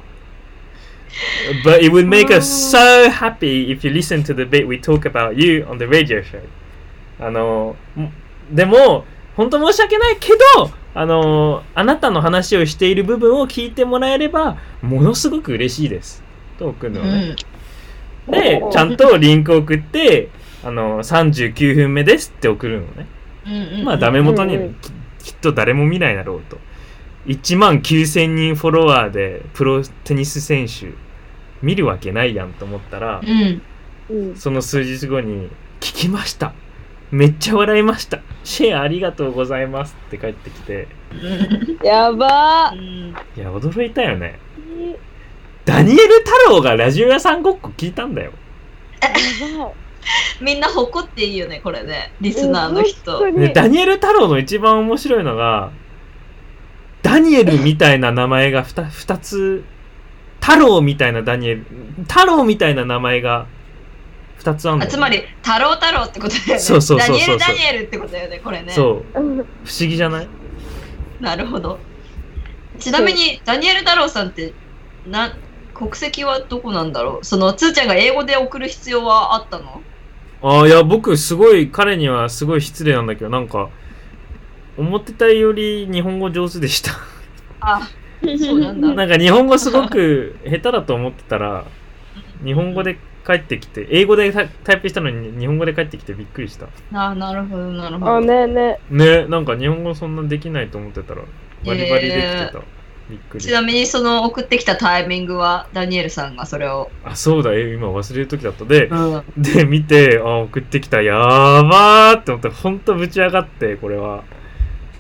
Speaker 3: But it would make us so happy if you listen to the bit we talk about you on the radio show. あの、もでも、本当申し訳ないけど、あの、あなたの話をしている部分を聞いてもらえれば、ものすごく嬉しいです。と送るのね。で、ちゃんとリンク送って、あの、39分目ですって送るのね。
Speaker 1: うんうん
Speaker 3: まあダメ元
Speaker 2: うんう
Speaker 3: に
Speaker 2: ん
Speaker 3: ききっと誰も見ないだろうと1万9000人フォロワーでプロテニス選手見るわけないやんと思ったら
Speaker 1: うん。
Speaker 2: うん。
Speaker 3: その数日後に「聞きましためっちゃ笑いましたシェアありがとうございます」って帰ってきて
Speaker 1: うん
Speaker 2: や ば
Speaker 3: いや驚いたよね
Speaker 2: ー。や
Speaker 3: ダニエル太郎がラジオ屋さんごっこ聞いたんだよ
Speaker 2: ばい。
Speaker 1: みんな誇っていいよね、これね。リスナーの人。
Speaker 2: うん本当
Speaker 3: ね
Speaker 2: に
Speaker 3: ダニエル太郎の一番面白いのがダニエルみたいな名前が 2, 二つ太郎みたいなダニエル太郎みたいな名前が2つあるの
Speaker 1: あつまり、太郎太郎ってことだよね。
Speaker 3: そうそうそうそうそう
Speaker 1: ダニエルダニエルってことだよね、これね。
Speaker 3: そう
Speaker 2: うん
Speaker 3: 不思議じゃない
Speaker 1: なるほど。ちなみに、ダニエル太郎さんって、な、国籍はどこなんだろうその、つーちゃんが英語で送る必要はあったの
Speaker 3: あーいや僕すごい彼にはすごい失礼なんだけどなんか思ってたより日本語上手でした
Speaker 1: あ、そうなんだ。
Speaker 3: なんか日本語すごく下手だと思ってたら日本語で帰ってきて英語でタタイプしたのに日本語で帰ってきてびっくりした
Speaker 1: あ、なるほど、なるほ
Speaker 2: あ、
Speaker 1: ど。
Speaker 2: ねえね
Speaker 3: ねなんか日本語そんなできないと思ってたらバリバリできてた、びっくり
Speaker 1: ちなみに、その、送ってきたタイミングは、ダニエルさんがそれを。
Speaker 3: あそうだえ今忘れる時だったで
Speaker 1: うん。
Speaker 3: で見てあ送ってきたやーばーって思ってほんとぶち上がってこれは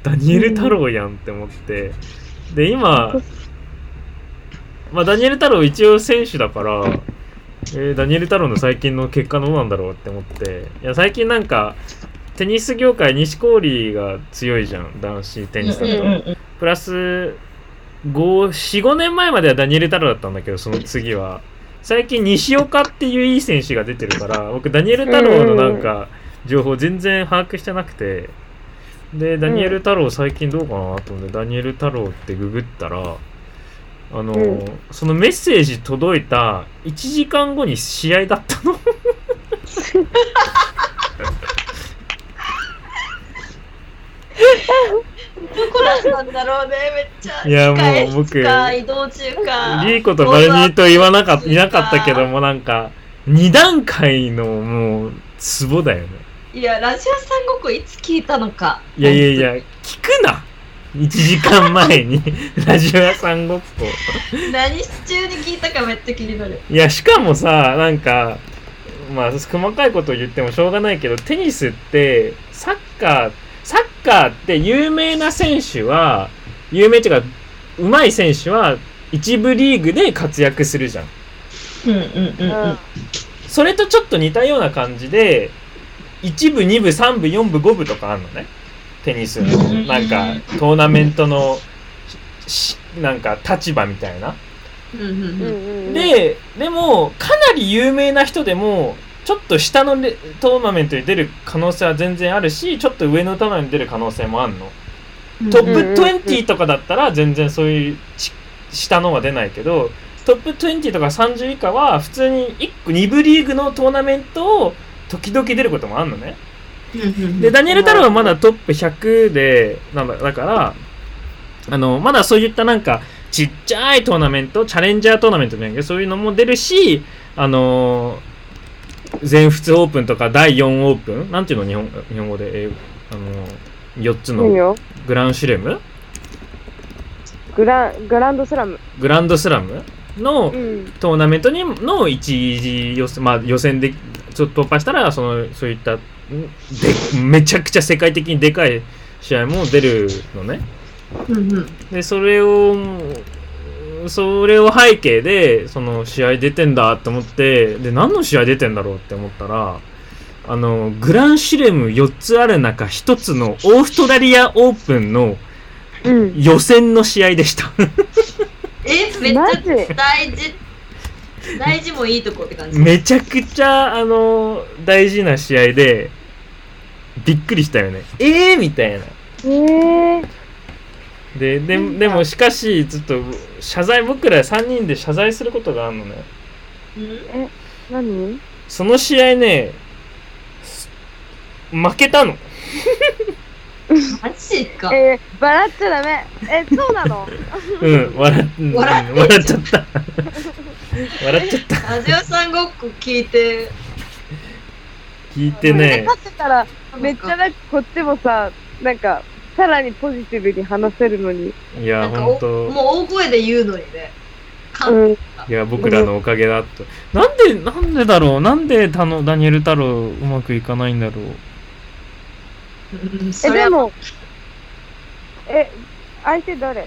Speaker 3: ダニエル太郎やんって思ってで今まあ、ダニエル太郎一応選手だから、えーダニエル太郎の最近の結果どうなんだろうって思って、いや、最近なんか、テニス業界、西氷が強いじゃん、男子テニスだ
Speaker 2: う
Speaker 3: と。
Speaker 2: んうん
Speaker 3: プラス、5、4、5年前まではダニエル太郎だったんだけど、その次は。最近、西岡っていういい選手が出てるから、僕、ダニエル太郎のなんか、情報全然把握してなくて、で、ダニエル太郎最近どうかなと思って、ダニエル太郎ってググったら、あの、
Speaker 2: うん
Speaker 3: そのメッセージ届いた1時間後に試合だったの。
Speaker 1: どこなんだろうね、めっちゃ。
Speaker 3: いや
Speaker 1: 帰
Speaker 3: もう僕
Speaker 1: りか移動中か。
Speaker 3: リーコとバルニーと言わなかっ
Speaker 1: そう
Speaker 3: た、
Speaker 1: だ
Speaker 3: いなかったけども、なんか、二段階のもう、ツボだよね。
Speaker 1: いや、ラジオさんごっこいつ聞いたのか。
Speaker 3: いやいやいや、聞くな !1 時間前 に、ラジオ屋さんごっこ。
Speaker 1: 何中に聞いたかめっちゃ気になる。
Speaker 3: いや、しかもさ、なんか、まあ、細かいことを言ってもしょうがないけど、テニスって、サッカー、サッカーって有名な選手は、有名っていうか、上手い選手は、一部リーグで活躍するじゃん。
Speaker 1: うんうんう
Speaker 2: うん。
Speaker 3: それとちょっと似たような感じで、1部、2部、3部、4部、5部とかあるのね。テニスの、なんか、トーナメントの、しなんか、立場みたいな。
Speaker 1: うんうん
Speaker 2: う
Speaker 1: うん。
Speaker 2: んうん、
Speaker 3: で、でも、かなり有名な人でも、ちょっと下のレトーナメントに出る可能性は全然あるし、ちょっと上のトーナメントに出る可能性もあるの。トッ
Speaker 2: うんうんうん
Speaker 3: プ20とかだったら全然そういうち下のは出ないけどトップ20とか30以下は普通に1個2部リーグのトーナメントを時々出ることもあるのね。でダニエル太郎はまだトップ100でなんだだからあのまだそういったなんかちっちゃいトーナメントチャレンジャートーナメントみたいなそういうのも出るしあの全仏オープンとか第4オープンなんていうの日本日本語で、えーあの4つ
Speaker 2: 何
Speaker 3: の
Speaker 2: よ
Speaker 3: グランシュレム
Speaker 2: グラングランドスラム。
Speaker 3: グランドスラムの
Speaker 2: うん。
Speaker 3: トーナメントにの一次予選,、まあ、予選でちょっと突破したらそのそういったんでめちゃくちゃ世界的にでかい試合も出るのね。
Speaker 1: うんうん。
Speaker 3: でそれをそれを背景でその試合出てんだと思ってで何の試合出てんだろうって思ったらあのグランシレム4つある中1つのオーストラリアオープンの
Speaker 2: うん。
Speaker 3: 予選の試合でした。
Speaker 1: え、めっ
Speaker 2: マ
Speaker 1: ち
Speaker 2: ジ
Speaker 1: ゃ大事。大事もいいとこって感じ。
Speaker 3: めちゃくちゃ、あの大事な試合で、びっくりしたよね。えーみたいな。
Speaker 2: えー、
Speaker 3: で、で
Speaker 2: うん
Speaker 3: でも、しかし、ちょっと、謝罪、僕ら3人で謝罪することがあるのね。
Speaker 1: うん
Speaker 2: 何
Speaker 3: その試合ね、す負けたの。
Speaker 1: マジか。
Speaker 2: えー、笑っちゃダメ。え、そうな の
Speaker 3: うん、笑っ、うん
Speaker 1: 笑って
Speaker 3: 笑っちゃ った。笑っちゃった。
Speaker 1: ラジオさんごっこ聞いて。
Speaker 3: 聞いてね、
Speaker 2: 勝ってたら、めっちゃなんかこっちもさ、なんか、さらにポジティブに話せるのに。
Speaker 3: いや、
Speaker 1: なんか
Speaker 3: ほん
Speaker 1: お
Speaker 3: と、
Speaker 1: もう大声で言うのにね。かん
Speaker 2: うん。
Speaker 3: いや、僕らのおかげだと。なんで、なんでだろうなんで、たの、ダニエル太郎、うまくいかないんだろう
Speaker 1: うん
Speaker 2: え、
Speaker 1: それ
Speaker 2: で
Speaker 1: は
Speaker 2: も、え、相手誰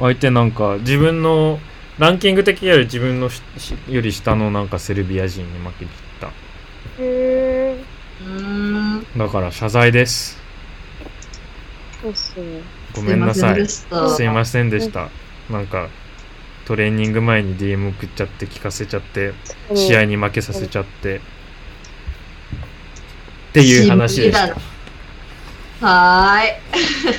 Speaker 3: 相手なんか自分のランキング的より自分のししより下のなんかセルビア人に負けてった
Speaker 2: へえ
Speaker 1: うーん。
Speaker 3: だから謝罪です
Speaker 2: ー、そうっすね。
Speaker 3: ごめんなさい
Speaker 1: すい
Speaker 3: すい
Speaker 1: んで
Speaker 3: ませんでしたなんかトレーニング前に DM 送っちゃって聞かせちゃって試合に負けさせちゃってっていう話でした
Speaker 1: しした。は
Speaker 3: はーい
Speaker 1: ー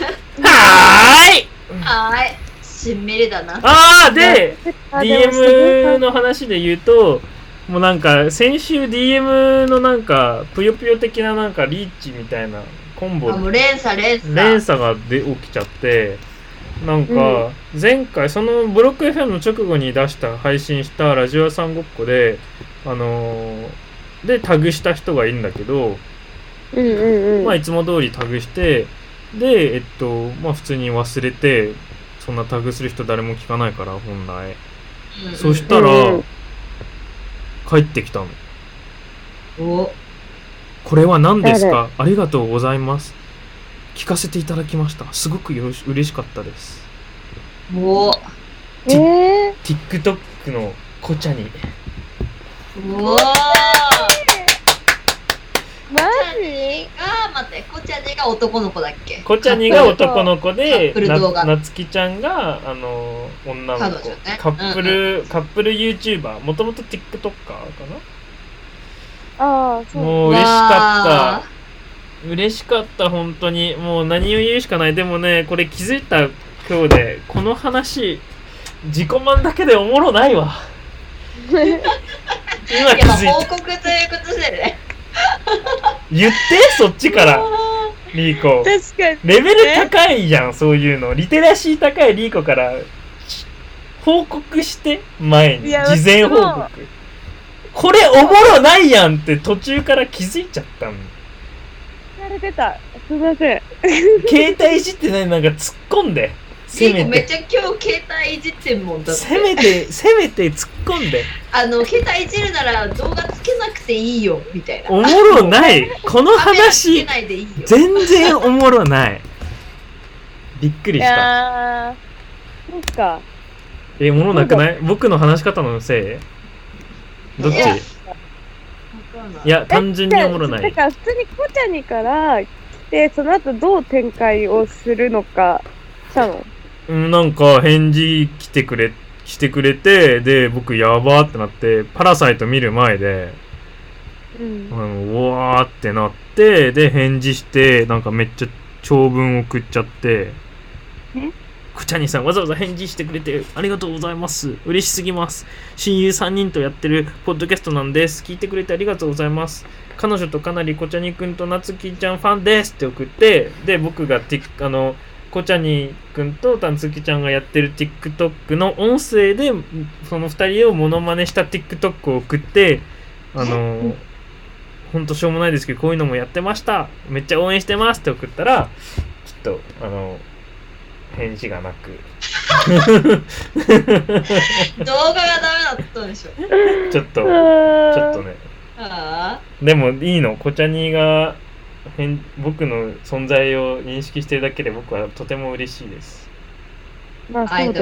Speaker 1: い。はーい。しんみりだな。
Speaker 3: あーで
Speaker 2: あでもすご
Speaker 3: DM
Speaker 2: い
Speaker 3: の話で言うともうなんか先週 DM のなんかぷよぷよ的ななんかリーチみたいなコンボ
Speaker 1: あ、もう連鎖連鎖。
Speaker 3: 連鎖がで起きちゃってなん
Speaker 2: う
Speaker 3: か前回そのブロック FM の直後に出した配信したラジオ屋さんごっこであのーでタグした人がいるんだけど、
Speaker 2: うんうんうん。
Speaker 3: まあ、いつも通りタグしてでえっとまあ普通に忘れてそんなタグする人誰も聞かないから本来
Speaker 1: うん
Speaker 3: そしたら
Speaker 2: うん
Speaker 3: 帰ってきたの
Speaker 1: お
Speaker 3: これは何ですかありがとうございます聞かせていただきましたすごくよろし嬉しかったです
Speaker 1: お
Speaker 2: え
Speaker 3: TikTok のコチャに
Speaker 1: うおー
Speaker 2: マ
Speaker 1: えが待ってこちゃねが男の子だっけ
Speaker 3: コチャニが男の子で
Speaker 1: カップル動画
Speaker 3: ななつきちゃんがあの女の子
Speaker 1: 彼女ね
Speaker 3: カップ
Speaker 1: う
Speaker 3: ル、カップル YouTuber もともと TikToker か
Speaker 2: ああ、そ
Speaker 3: な
Speaker 2: う。
Speaker 3: もう嬉しか
Speaker 1: わ
Speaker 3: った嬉しかった本当にもう何を言うしかないでもねこれ気づいた今日でこの話自己満だけでおもろないわ今
Speaker 1: ーい
Speaker 3: 気
Speaker 1: やまあ
Speaker 3: づい
Speaker 1: 報
Speaker 3: た
Speaker 1: 告ということでね
Speaker 3: 言ってそっちからリーコ
Speaker 2: 確かに。
Speaker 3: レベル高いじゃんそういうのリテラシー高いリーコからし報告して前に
Speaker 2: い
Speaker 3: 事
Speaker 2: や
Speaker 3: 前報
Speaker 2: そ
Speaker 3: 告
Speaker 2: う
Speaker 3: これおもろないやんって途中から気づいちゃったの
Speaker 2: 慣れてた。すみません。
Speaker 3: 携帯いじってないなんか突っ込んでせ
Speaker 1: 結
Speaker 3: め
Speaker 1: 構めってちゃ今日携帯いじってんもんだって
Speaker 3: せめてせめて突っ込んで
Speaker 1: あの携帯いじるなら動画つけなくていいよみたいな
Speaker 3: おもろないこの
Speaker 1: カメラつけ
Speaker 3: 話
Speaker 1: ないでいいよ
Speaker 3: 全然おもろないびっく
Speaker 2: い
Speaker 3: りした
Speaker 2: やー、そうか。
Speaker 3: えおもろなくない僕の話し方のせいどっち
Speaker 1: いや
Speaker 3: いや単純におもろな
Speaker 2: だ
Speaker 3: い
Speaker 2: から普通にコチャニから来て、その後どう展開をするのか、したの。
Speaker 3: うん、なんか返事来てくれ、してくれて、で、僕やばーってなって、パラサイト見る前で、
Speaker 2: う。
Speaker 3: うんん、うわーってなって、で、返事して、なんかめっちゃ長文送っちゃって
Speaker 2: え、
Speaker 3: くちゃにさんわざわざ返事してくれてありがとうございます。嬉しすぎます。親友3人とやってるポッドキャストなんです。聞いてくれてありがとうございます。彼女とかなりこちゃにくんとなつきちゃんファンですって送って、で、僕がティックあの、こちゃにくんとたつきちゃんがやってる TikTok の音声で、その2人をモノマネした TikTok を送って、あの、ほんとしょうもないですけど、こういうのもやってました。めっちゃ応援してますって送ったら、ちょっと、あの、返事がなく。
Speaker 1: 動画がダメだったんでしょ
Speaker 3: ちょっと、ちょっ
Speaker 2: ょ
Speaker 3: と。ね。
Speaker 1: あ
Speaker 3: でもいいの、コチャニが返僕の存在を認識してるだけで僕はとても嬉しいです。
Speaker 2: まあ、
Speaker 1: あア
Speaker 2: そう
Speaker 1: イド
Speaker 2: だ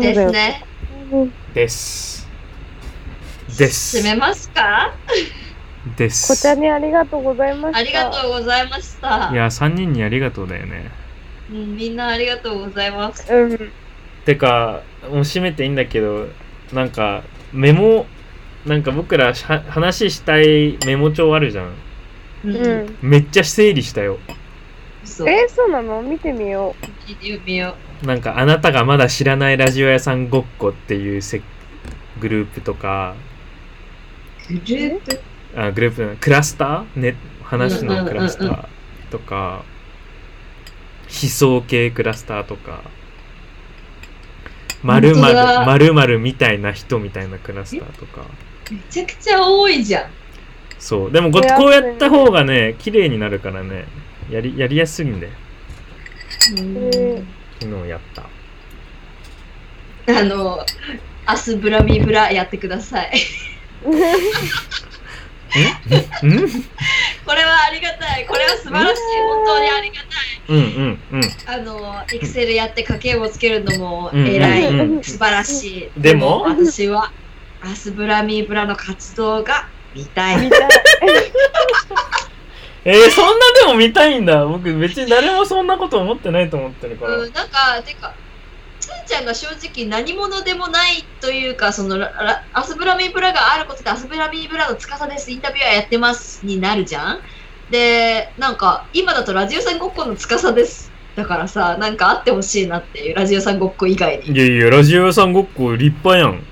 Speaker 2: よ
Speaker 1: ル。
Speaker 2: そうだ
Speaker 1: です。
Speaker 2: よ
Speaker 1: ね
Speaker 2: うん
Speaker 3: です。で
Speaker 1: 締め
Speaker 3: す。
Speaker 1: ますか
Speaker 3: です。
Speaker 2: コチャニありがとうございました。
Speaker 1: ありがとうございました
Speaker 3: いや、3人にありがとうだよね。
Speaker 1: うん、みんなありがとうございます
Speaker 2: う。うん。
Speaker 3: てか、もう締めていいんだけど、なんか、メモ、なんか僕らしゃ話したいメモ帳あるじゃん。
Speaker 1: う
Speaker 2: うん、
Speaker 3: めっちゃ整理したよ。
Speaker 1: そう
Speaker 2: えー、そうなの見てみよ
Speaker 1: 聞いてみよ
Speaker 3: なんか、あなたがまだ知らないラジオ屋さんごっこっていうせグループとか、
Speaker 1: うグループ
Speaker 3: あグループのクラスター、ね、話のクラスタ
Speaker 1: うんうん
Speaker 3: ーとか、悲壮系クラスターとか、まる
Speaker 1: 本当だ
Speaker 3: まるまるみたいな人みたいなクラスターとか。
Speaker 1: めちゃくちゃ多いじゃん
Speaker 3: そう。でもこ
Speaker 2: いや
Speaker 3: こうやった方がね、綺麗になるからね、やり、やりやすいんだよ。
Speaker 1: うん
Speaker 3: 昨日やった。
Speaker 1: あの明日ブラミブラやってください
Speaker 2: う。う
Speaker 3: うん
Speaker 1: これはありがたいこれは素晴らしい本当にありが
Speaker 3: うんうんうん。
Speaker 1: たいあのエクセルやって家計簿つけるのも
Speaker 3: うん
Speaker 1: 偉い、
Speaker 3: うんうん
Speaker 1: 素晴らしい
Speaker 3: でも
Speaker 1: 私はアスブラミブラの活動が見たい
Speaker 2: 見たい。
Speaker 3: えー、そんなでも見たいんだ。僕別に誰もそんなこと思ってないと思ってるから。
Speaker 1: うん、なんか、てか、つーちゃんが正直何者でもないというか、そのララアスブラミブラがあることで、アスブラミブラの司です、インタビュアーやってますになるじゃん。で、なんか、今だとラジオさんごっこの司です。だからさ、なんかあってほしいなっていう、ラジオさんごっこ以外に。
Speaker 3: いやいや、ラジオ屋さんごっこ立派やん。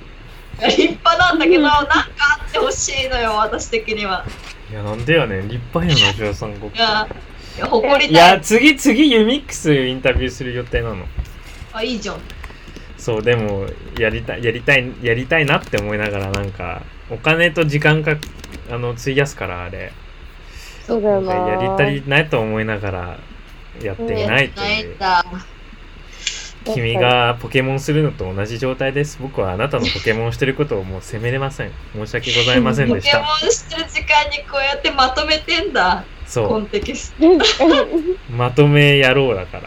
Speaker 1: 立派なんだけ ど、なんかあってほしいのよ、私的には。
Speaker 3: いや、なんでやねん。立派やん、ラジオ屋さんごっこ
Speaker 1: い。や、いや誇
Speaker 3: い
Speaker 1: りた
Speaker 3: や、
Speaker 1: い。
Speaker 3: 次、次、ユミックスインタビューする予定なの。
Speaker 1: あ、いいじゃん。
Speaker 3: そう、でも、やりたい、やりたい、やりたいなって思いながら、なんか、お金と時間か、あの、費やすから、あれ。
Speaker 2: そうだよな。
Speaker 3: やりたりないと思いながら、やっていないという
Speaker 1: 泣い。た。
Speaker 3: 君がポケモンするのと同じ状態です。僕はあなたのポケモンしてることをもう責めれません。申し訳ございません
Speaker 1: ポ
Speaker 3: でし
Speaker 1: ケモ
Speaker 3: た。
Speaker 1: ンしてる時間にこうやってまとめてんだ、
Speaker 3: そ
Speaker 1: コ
Speaker 3: う、
Speaker 1: ンテキスト。
Speaker 2: 確かに。
Speaker 3: まとめ野郎だから。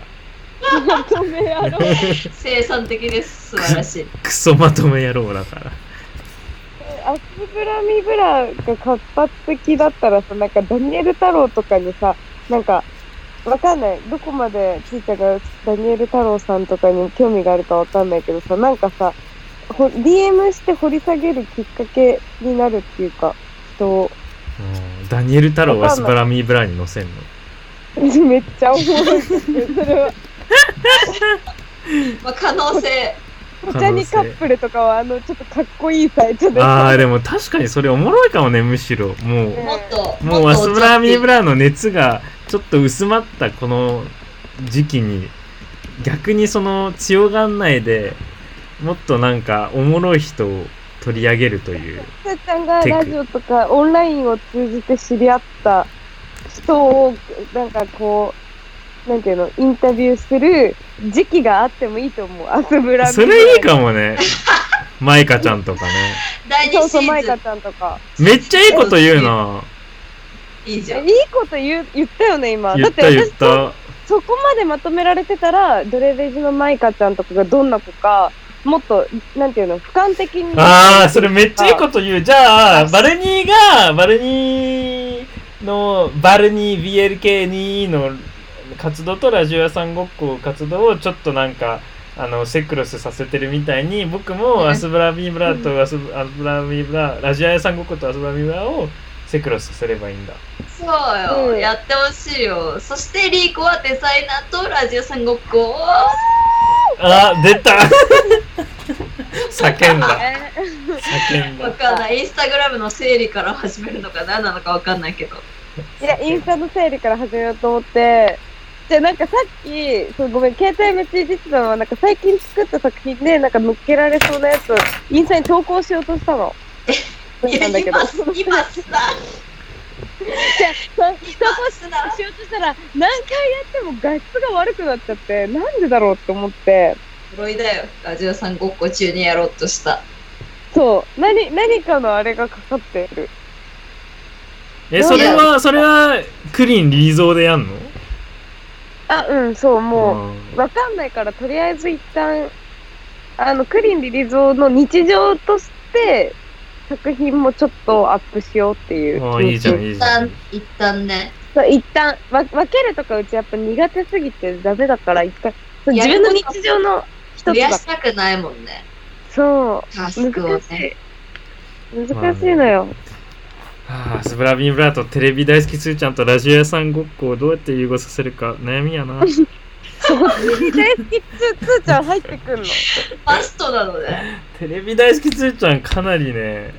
Speaker 2: まとめやろう。
Speaker 1: 生産的です。素晴ら しい。
Speaker 3: クソまとめ野郎だから。
Speaker 2: アスブラミブラが活発的だったらさ、なんかダニエル太郎とかにさ、なんか、わかんない。どこまでちーちゃんがダニエル太郎さんとかに興味があるかわかんないけどさ、なんかさ、ほ DM して掘り下げるきっかけになるっていうか、人を。
Speaker 3: うんダニエル太郎はスパラミーブラに乗せんの。
Speaker 2: めっちゃ思う。それは。
Speaker 1: まあ、可能性。
Speaker 2: お茶にカップルとかは、あの、ちょっとかっこいいサイトで。
Speaker 3: ああ、でも確かにそれおもろいかもね、むしろ。もう、
Speaker 1: もっと。
Speaker 3: もう
Speaker 1: っ
Speaker 3: ワ
Speaker 1: と
Speaker 3: スブラミーブラの熱がちょっと薄まったこの時期に、逆にその強がんないでもっとなんかおもろい人を取り上げるという。
Speaker 2: すーちゃんがラジオとかオンラインを通じて知り合った人を、なんかこう、なんていうの、インタビューする時期があってもいいと思う。アスブラ
Speaker 3: それいいかもね。マイカちゃんとかね。
Speaker 1: 第
Speaker 2: そ
Speaker 1: 2
Speaker 2: う
Speaker 1: シ
Speaker 2: そう、マ
Speaker 1: ー
Speaker 2: イ
Speaker 1: ズ
Speaker 2: カ
Speaker 1: ン。
Speaker 2: ちゃんとか。
Speaker 3: めっちゃいいこと言うな。
Speaker 1: いいじ
Speaker 2: い
Speaker 1: ゃ
Speaker 2: い
Speaker 1: ん。
Speaker 2: こと言う言ったよね、今。
Speaker 3: 言った言
Speaker 2: だっ
Speaker 3: っ
Speaker 2: て
Speaker 3: た。
Speaker 2: 私そ、そこまでまとめられてたら、ドレデジのマイカちゃんとかがどんな子か、もっと、なんていうの、俯瞰的に。
Speaker 3: ああ、それめっちゃいいこと言う。じゃあ、バルニーが、バルニーの、バルニー BLK2 の活動とラジオ屋さんごっこ活動をちょっとなんか、あの、セクロスさせてるみたいに、僕もアスブラミーブラとアスブアスブラミーブラ、ラジオ屋さんごっことアスブラミーブラをセクロスすればいいんだ。
Speaker 1: そうよ、
Speaker 2: うん
Speaker 1: やってほしいよ。そしてリーコはデザイナーとラジオさんごっこを。
Speaker 3: あー、出た叫んだ。
Speaker 2: えー
Speaker 3: 叫ん
Speaker 1: わ
Speaker 3: だ。
Speaker 1: かんない。インスタグラムの整理から始めるのか何なのかわかんないけど。
Speaker 2: いや、インスタの整理から始めようと思って、じゃあなんかさっき、そうごめん、携帯めっちゃいじってたのは、なんか最近作った作品で、なんか乗っけられそうなやつを、インスタに投稿しようとしたの。
Speaker 1: いや、
Speaker 2: なんだけど。
Speaker 1: 今す、今すな、
Speaker 2: じゃあそう
Speaker 1: 今すな。
Speaker 2: しようとしたら、何回やっても画質が悪くなっちゃって、なんでだろうって思って、
Speaker 1: 呪いだよ。ラジオさんごっこ中にやろうとした。
Speaker 2: そう、何、何かのあれがかかってる。
Speaker 3: え、それは、それは、クリーンリーゾーでやんの
Speaker 2: あ、うん、そう、もう。
Speaker 3: うん
Speaker 2: わかんないから、とりあえず一旦、あの、クリンリリゾーの日常として、作品もちょっとアップしようっていう。
Speaker 3: ああ、いいじゃん、
Speaker 2: うん
Speaker 3: いい
Speaker 1: 一
Speaker 3: じゃん
Speaker 1: 旦。、一旦ね。
Speaker 2: そう一旦わ、分けるとかうちやっぱ苦手すぎてダメだから、一回、そう
Speaker 1: や
Speaker 2: 自
Speaker 1: る
Speaker 2: 分
Speaker 1: こと
Speaker 2: の日常の一
Speaker 1: 増
Speaker 2: つだ
Speaker 1: やしたくないもんね。
Speaker 2: そ
Speaker 1: タス
Speaker 2: う、
Speaker 1: クを
Speaker 2: 難
Speaker 1: ね。
Speaker 2: しい。難しいのよ。
Speaker 3: はあ、スブラビンブラとテレビ大好きスーちゃんとラジオ屋さんごっこをどうやって融合させるか悩みやな。
Speaker 2: 大好き、つー、つーちゃん入ってくんの。
Speaker 1: マストなのね。
Speaker 3: テレビ大好きスーちゃんかなりね、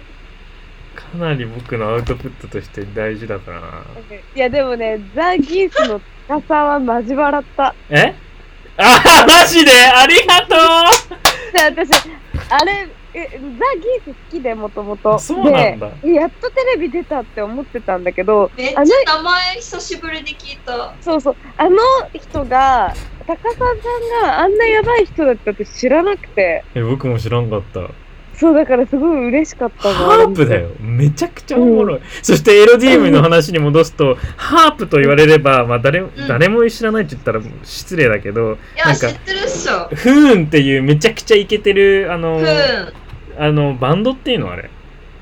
Speaker 3: かなり僕のアウトプットとして大事だからな。
Speaker 2: いや、でもね、ザ・ギースの高さはマジ笑った。
Speaker 3: えあマジでありがと
Speaker 2: で私あれえザ・ギース好きでもともと
Speaker 3: そうなんだ
Speaker 2: でやっとテレビ出たって思ってたんだけど
Speaker 1: めっち
Speaker 2: あの
Speaker 1: ゃ名前久しぶりに聞いた。
Speaker 2: そうそうあの人が高さんさんがあんなやばい人だったって知らなくて
Speaker 3: うえ、僕も知らんかった。
Speaker 2: そうだからすごい嬉しかったの
Speaker 3: ハープだよ。めちゃくちゃおもろい。そしてエロディームの話に戻すと、ハープと言われれば、まあ誰も、
Speaker 1: うん
Speaker 3: 誰も知らないって言ったら失礼だけど、
Speaker 1: いや、
Speaker 3: なん
Speaker 1: 知
Speaker 3: か
Speaker 1: ってるっしょ。
Speaker 3: フーンっていうめちゃくちゃイケてる、あの
Speaker 1: ふ、ん。
Speaker 3: あのバンドっていうのあれ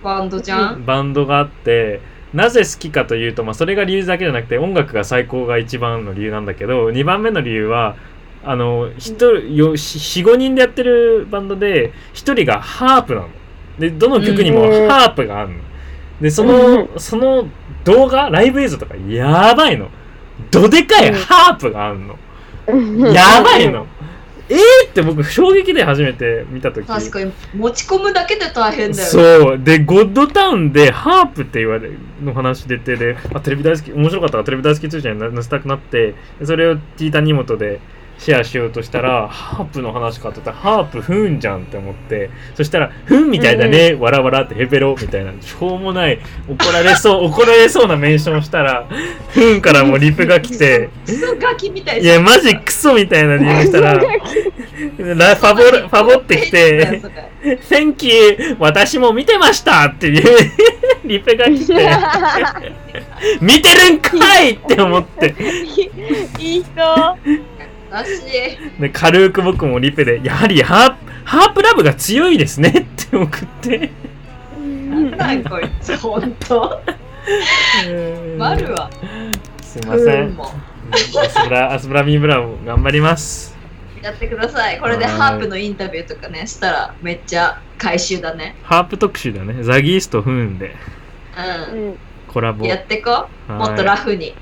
Speaker 1: バンドじゃん。
Speaker 3: バンドがあってなぜ好きかというと、まあ、それが理由だけじゃなくて音楽が最高が一番の理由なんだけど2番目の理由はあの45人でやってるバンドで1人がハープなの。でどの曲にも
Speaker 2: うん
Speaker 3: ハープがあるの。でそうのその動画ライブ映像とかやばいの。どでかいハープがあるの。やばいの。えーって僕衝撃で初めて見た時
Speaker 1: 確かに、持ち込むだけで大変だよ。
Speaker 3: そうでゴッドタウンでハープって言われるの話出てで、あ、テレビ大好き面白かったからテレビ大好き通信に載せたくなってそれをティータニモトでシェアしようとしたらハープの話かと思ったらハープふんじゃんって思ってそしたらふんみたいだね、わらわらってヘベロみたいなしょうもない怒られそう 怒られそうなメンションしたらふんからもうリプが来て
Speaker 1: クソガキみたい
Speaker 3: い
Speaker 1: じゃん
Speaker 3: やマジクソみたいなリプし たらラファ ボファボってきて。Thank you! 私も見てましたっていう リペが来て、 見てるんかいって思って、
Speaker 2: いい人
Speaker 1: 悲しい。
Speaker 3: で軽く僕もリペで「やはりハープハープラブが強いですね」 って送 って
Speaker 2: うん
Speaker 1: なんこいつ、ほんと。マルは。
Speaker 3: すいません、
Speaker 2: う
Speaker 1: も
Speaker 3: アスブラアスブラミーブラも頑張ります
Speaker 1: う、やってください。これでハープのインタビューとかね、したらめっちゃ回収だね。
Speaker 3: ハープ特集だねザギーストフーンで
Speaker 1: う
Speaker 2: うん。
Speaker 3: コラ
Speaker 1: ん。
Speaker 3: ボ
Speaker 1: やってこう。もっとラ
Speaker 3: は
Speaker 1: フに。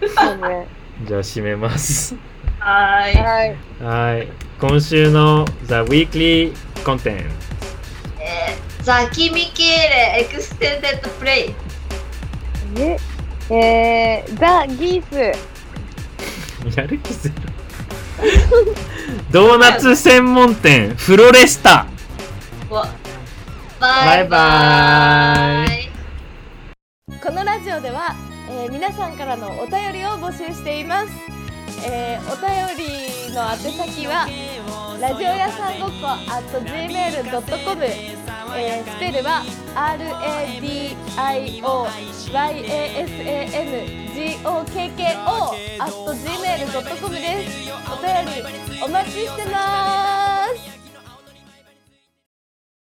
Speaker 2: そうね。
Speaker 3: いじゃあ締めます
Speaker 1: はーい。
Speaker 2: はい。
Speaker 3: はい今週の The Weekly Content
Speaker 1: えーザキミケーレエクステンデッドプレイ。
Speaker 2: ね。えー、ザ・ギース。
Speaker 3: やる気ゼロドーナツ専門店フロレスタ
Speaker 1: わ
Speaker 3: バ
Speaker 1: バ
Speaker 3: イ
Speaker 1: イバ
Speaker 3: バイ
Speaker 1: イ。
Speaker 4: このラジオでは、えー皆さんからのお便りを募集しています、えーお便りの宛先はラジオ屋さんごっこ at gmail.com、えースペルは radioyasangokko at gmail.com ですお便りお待ちしてます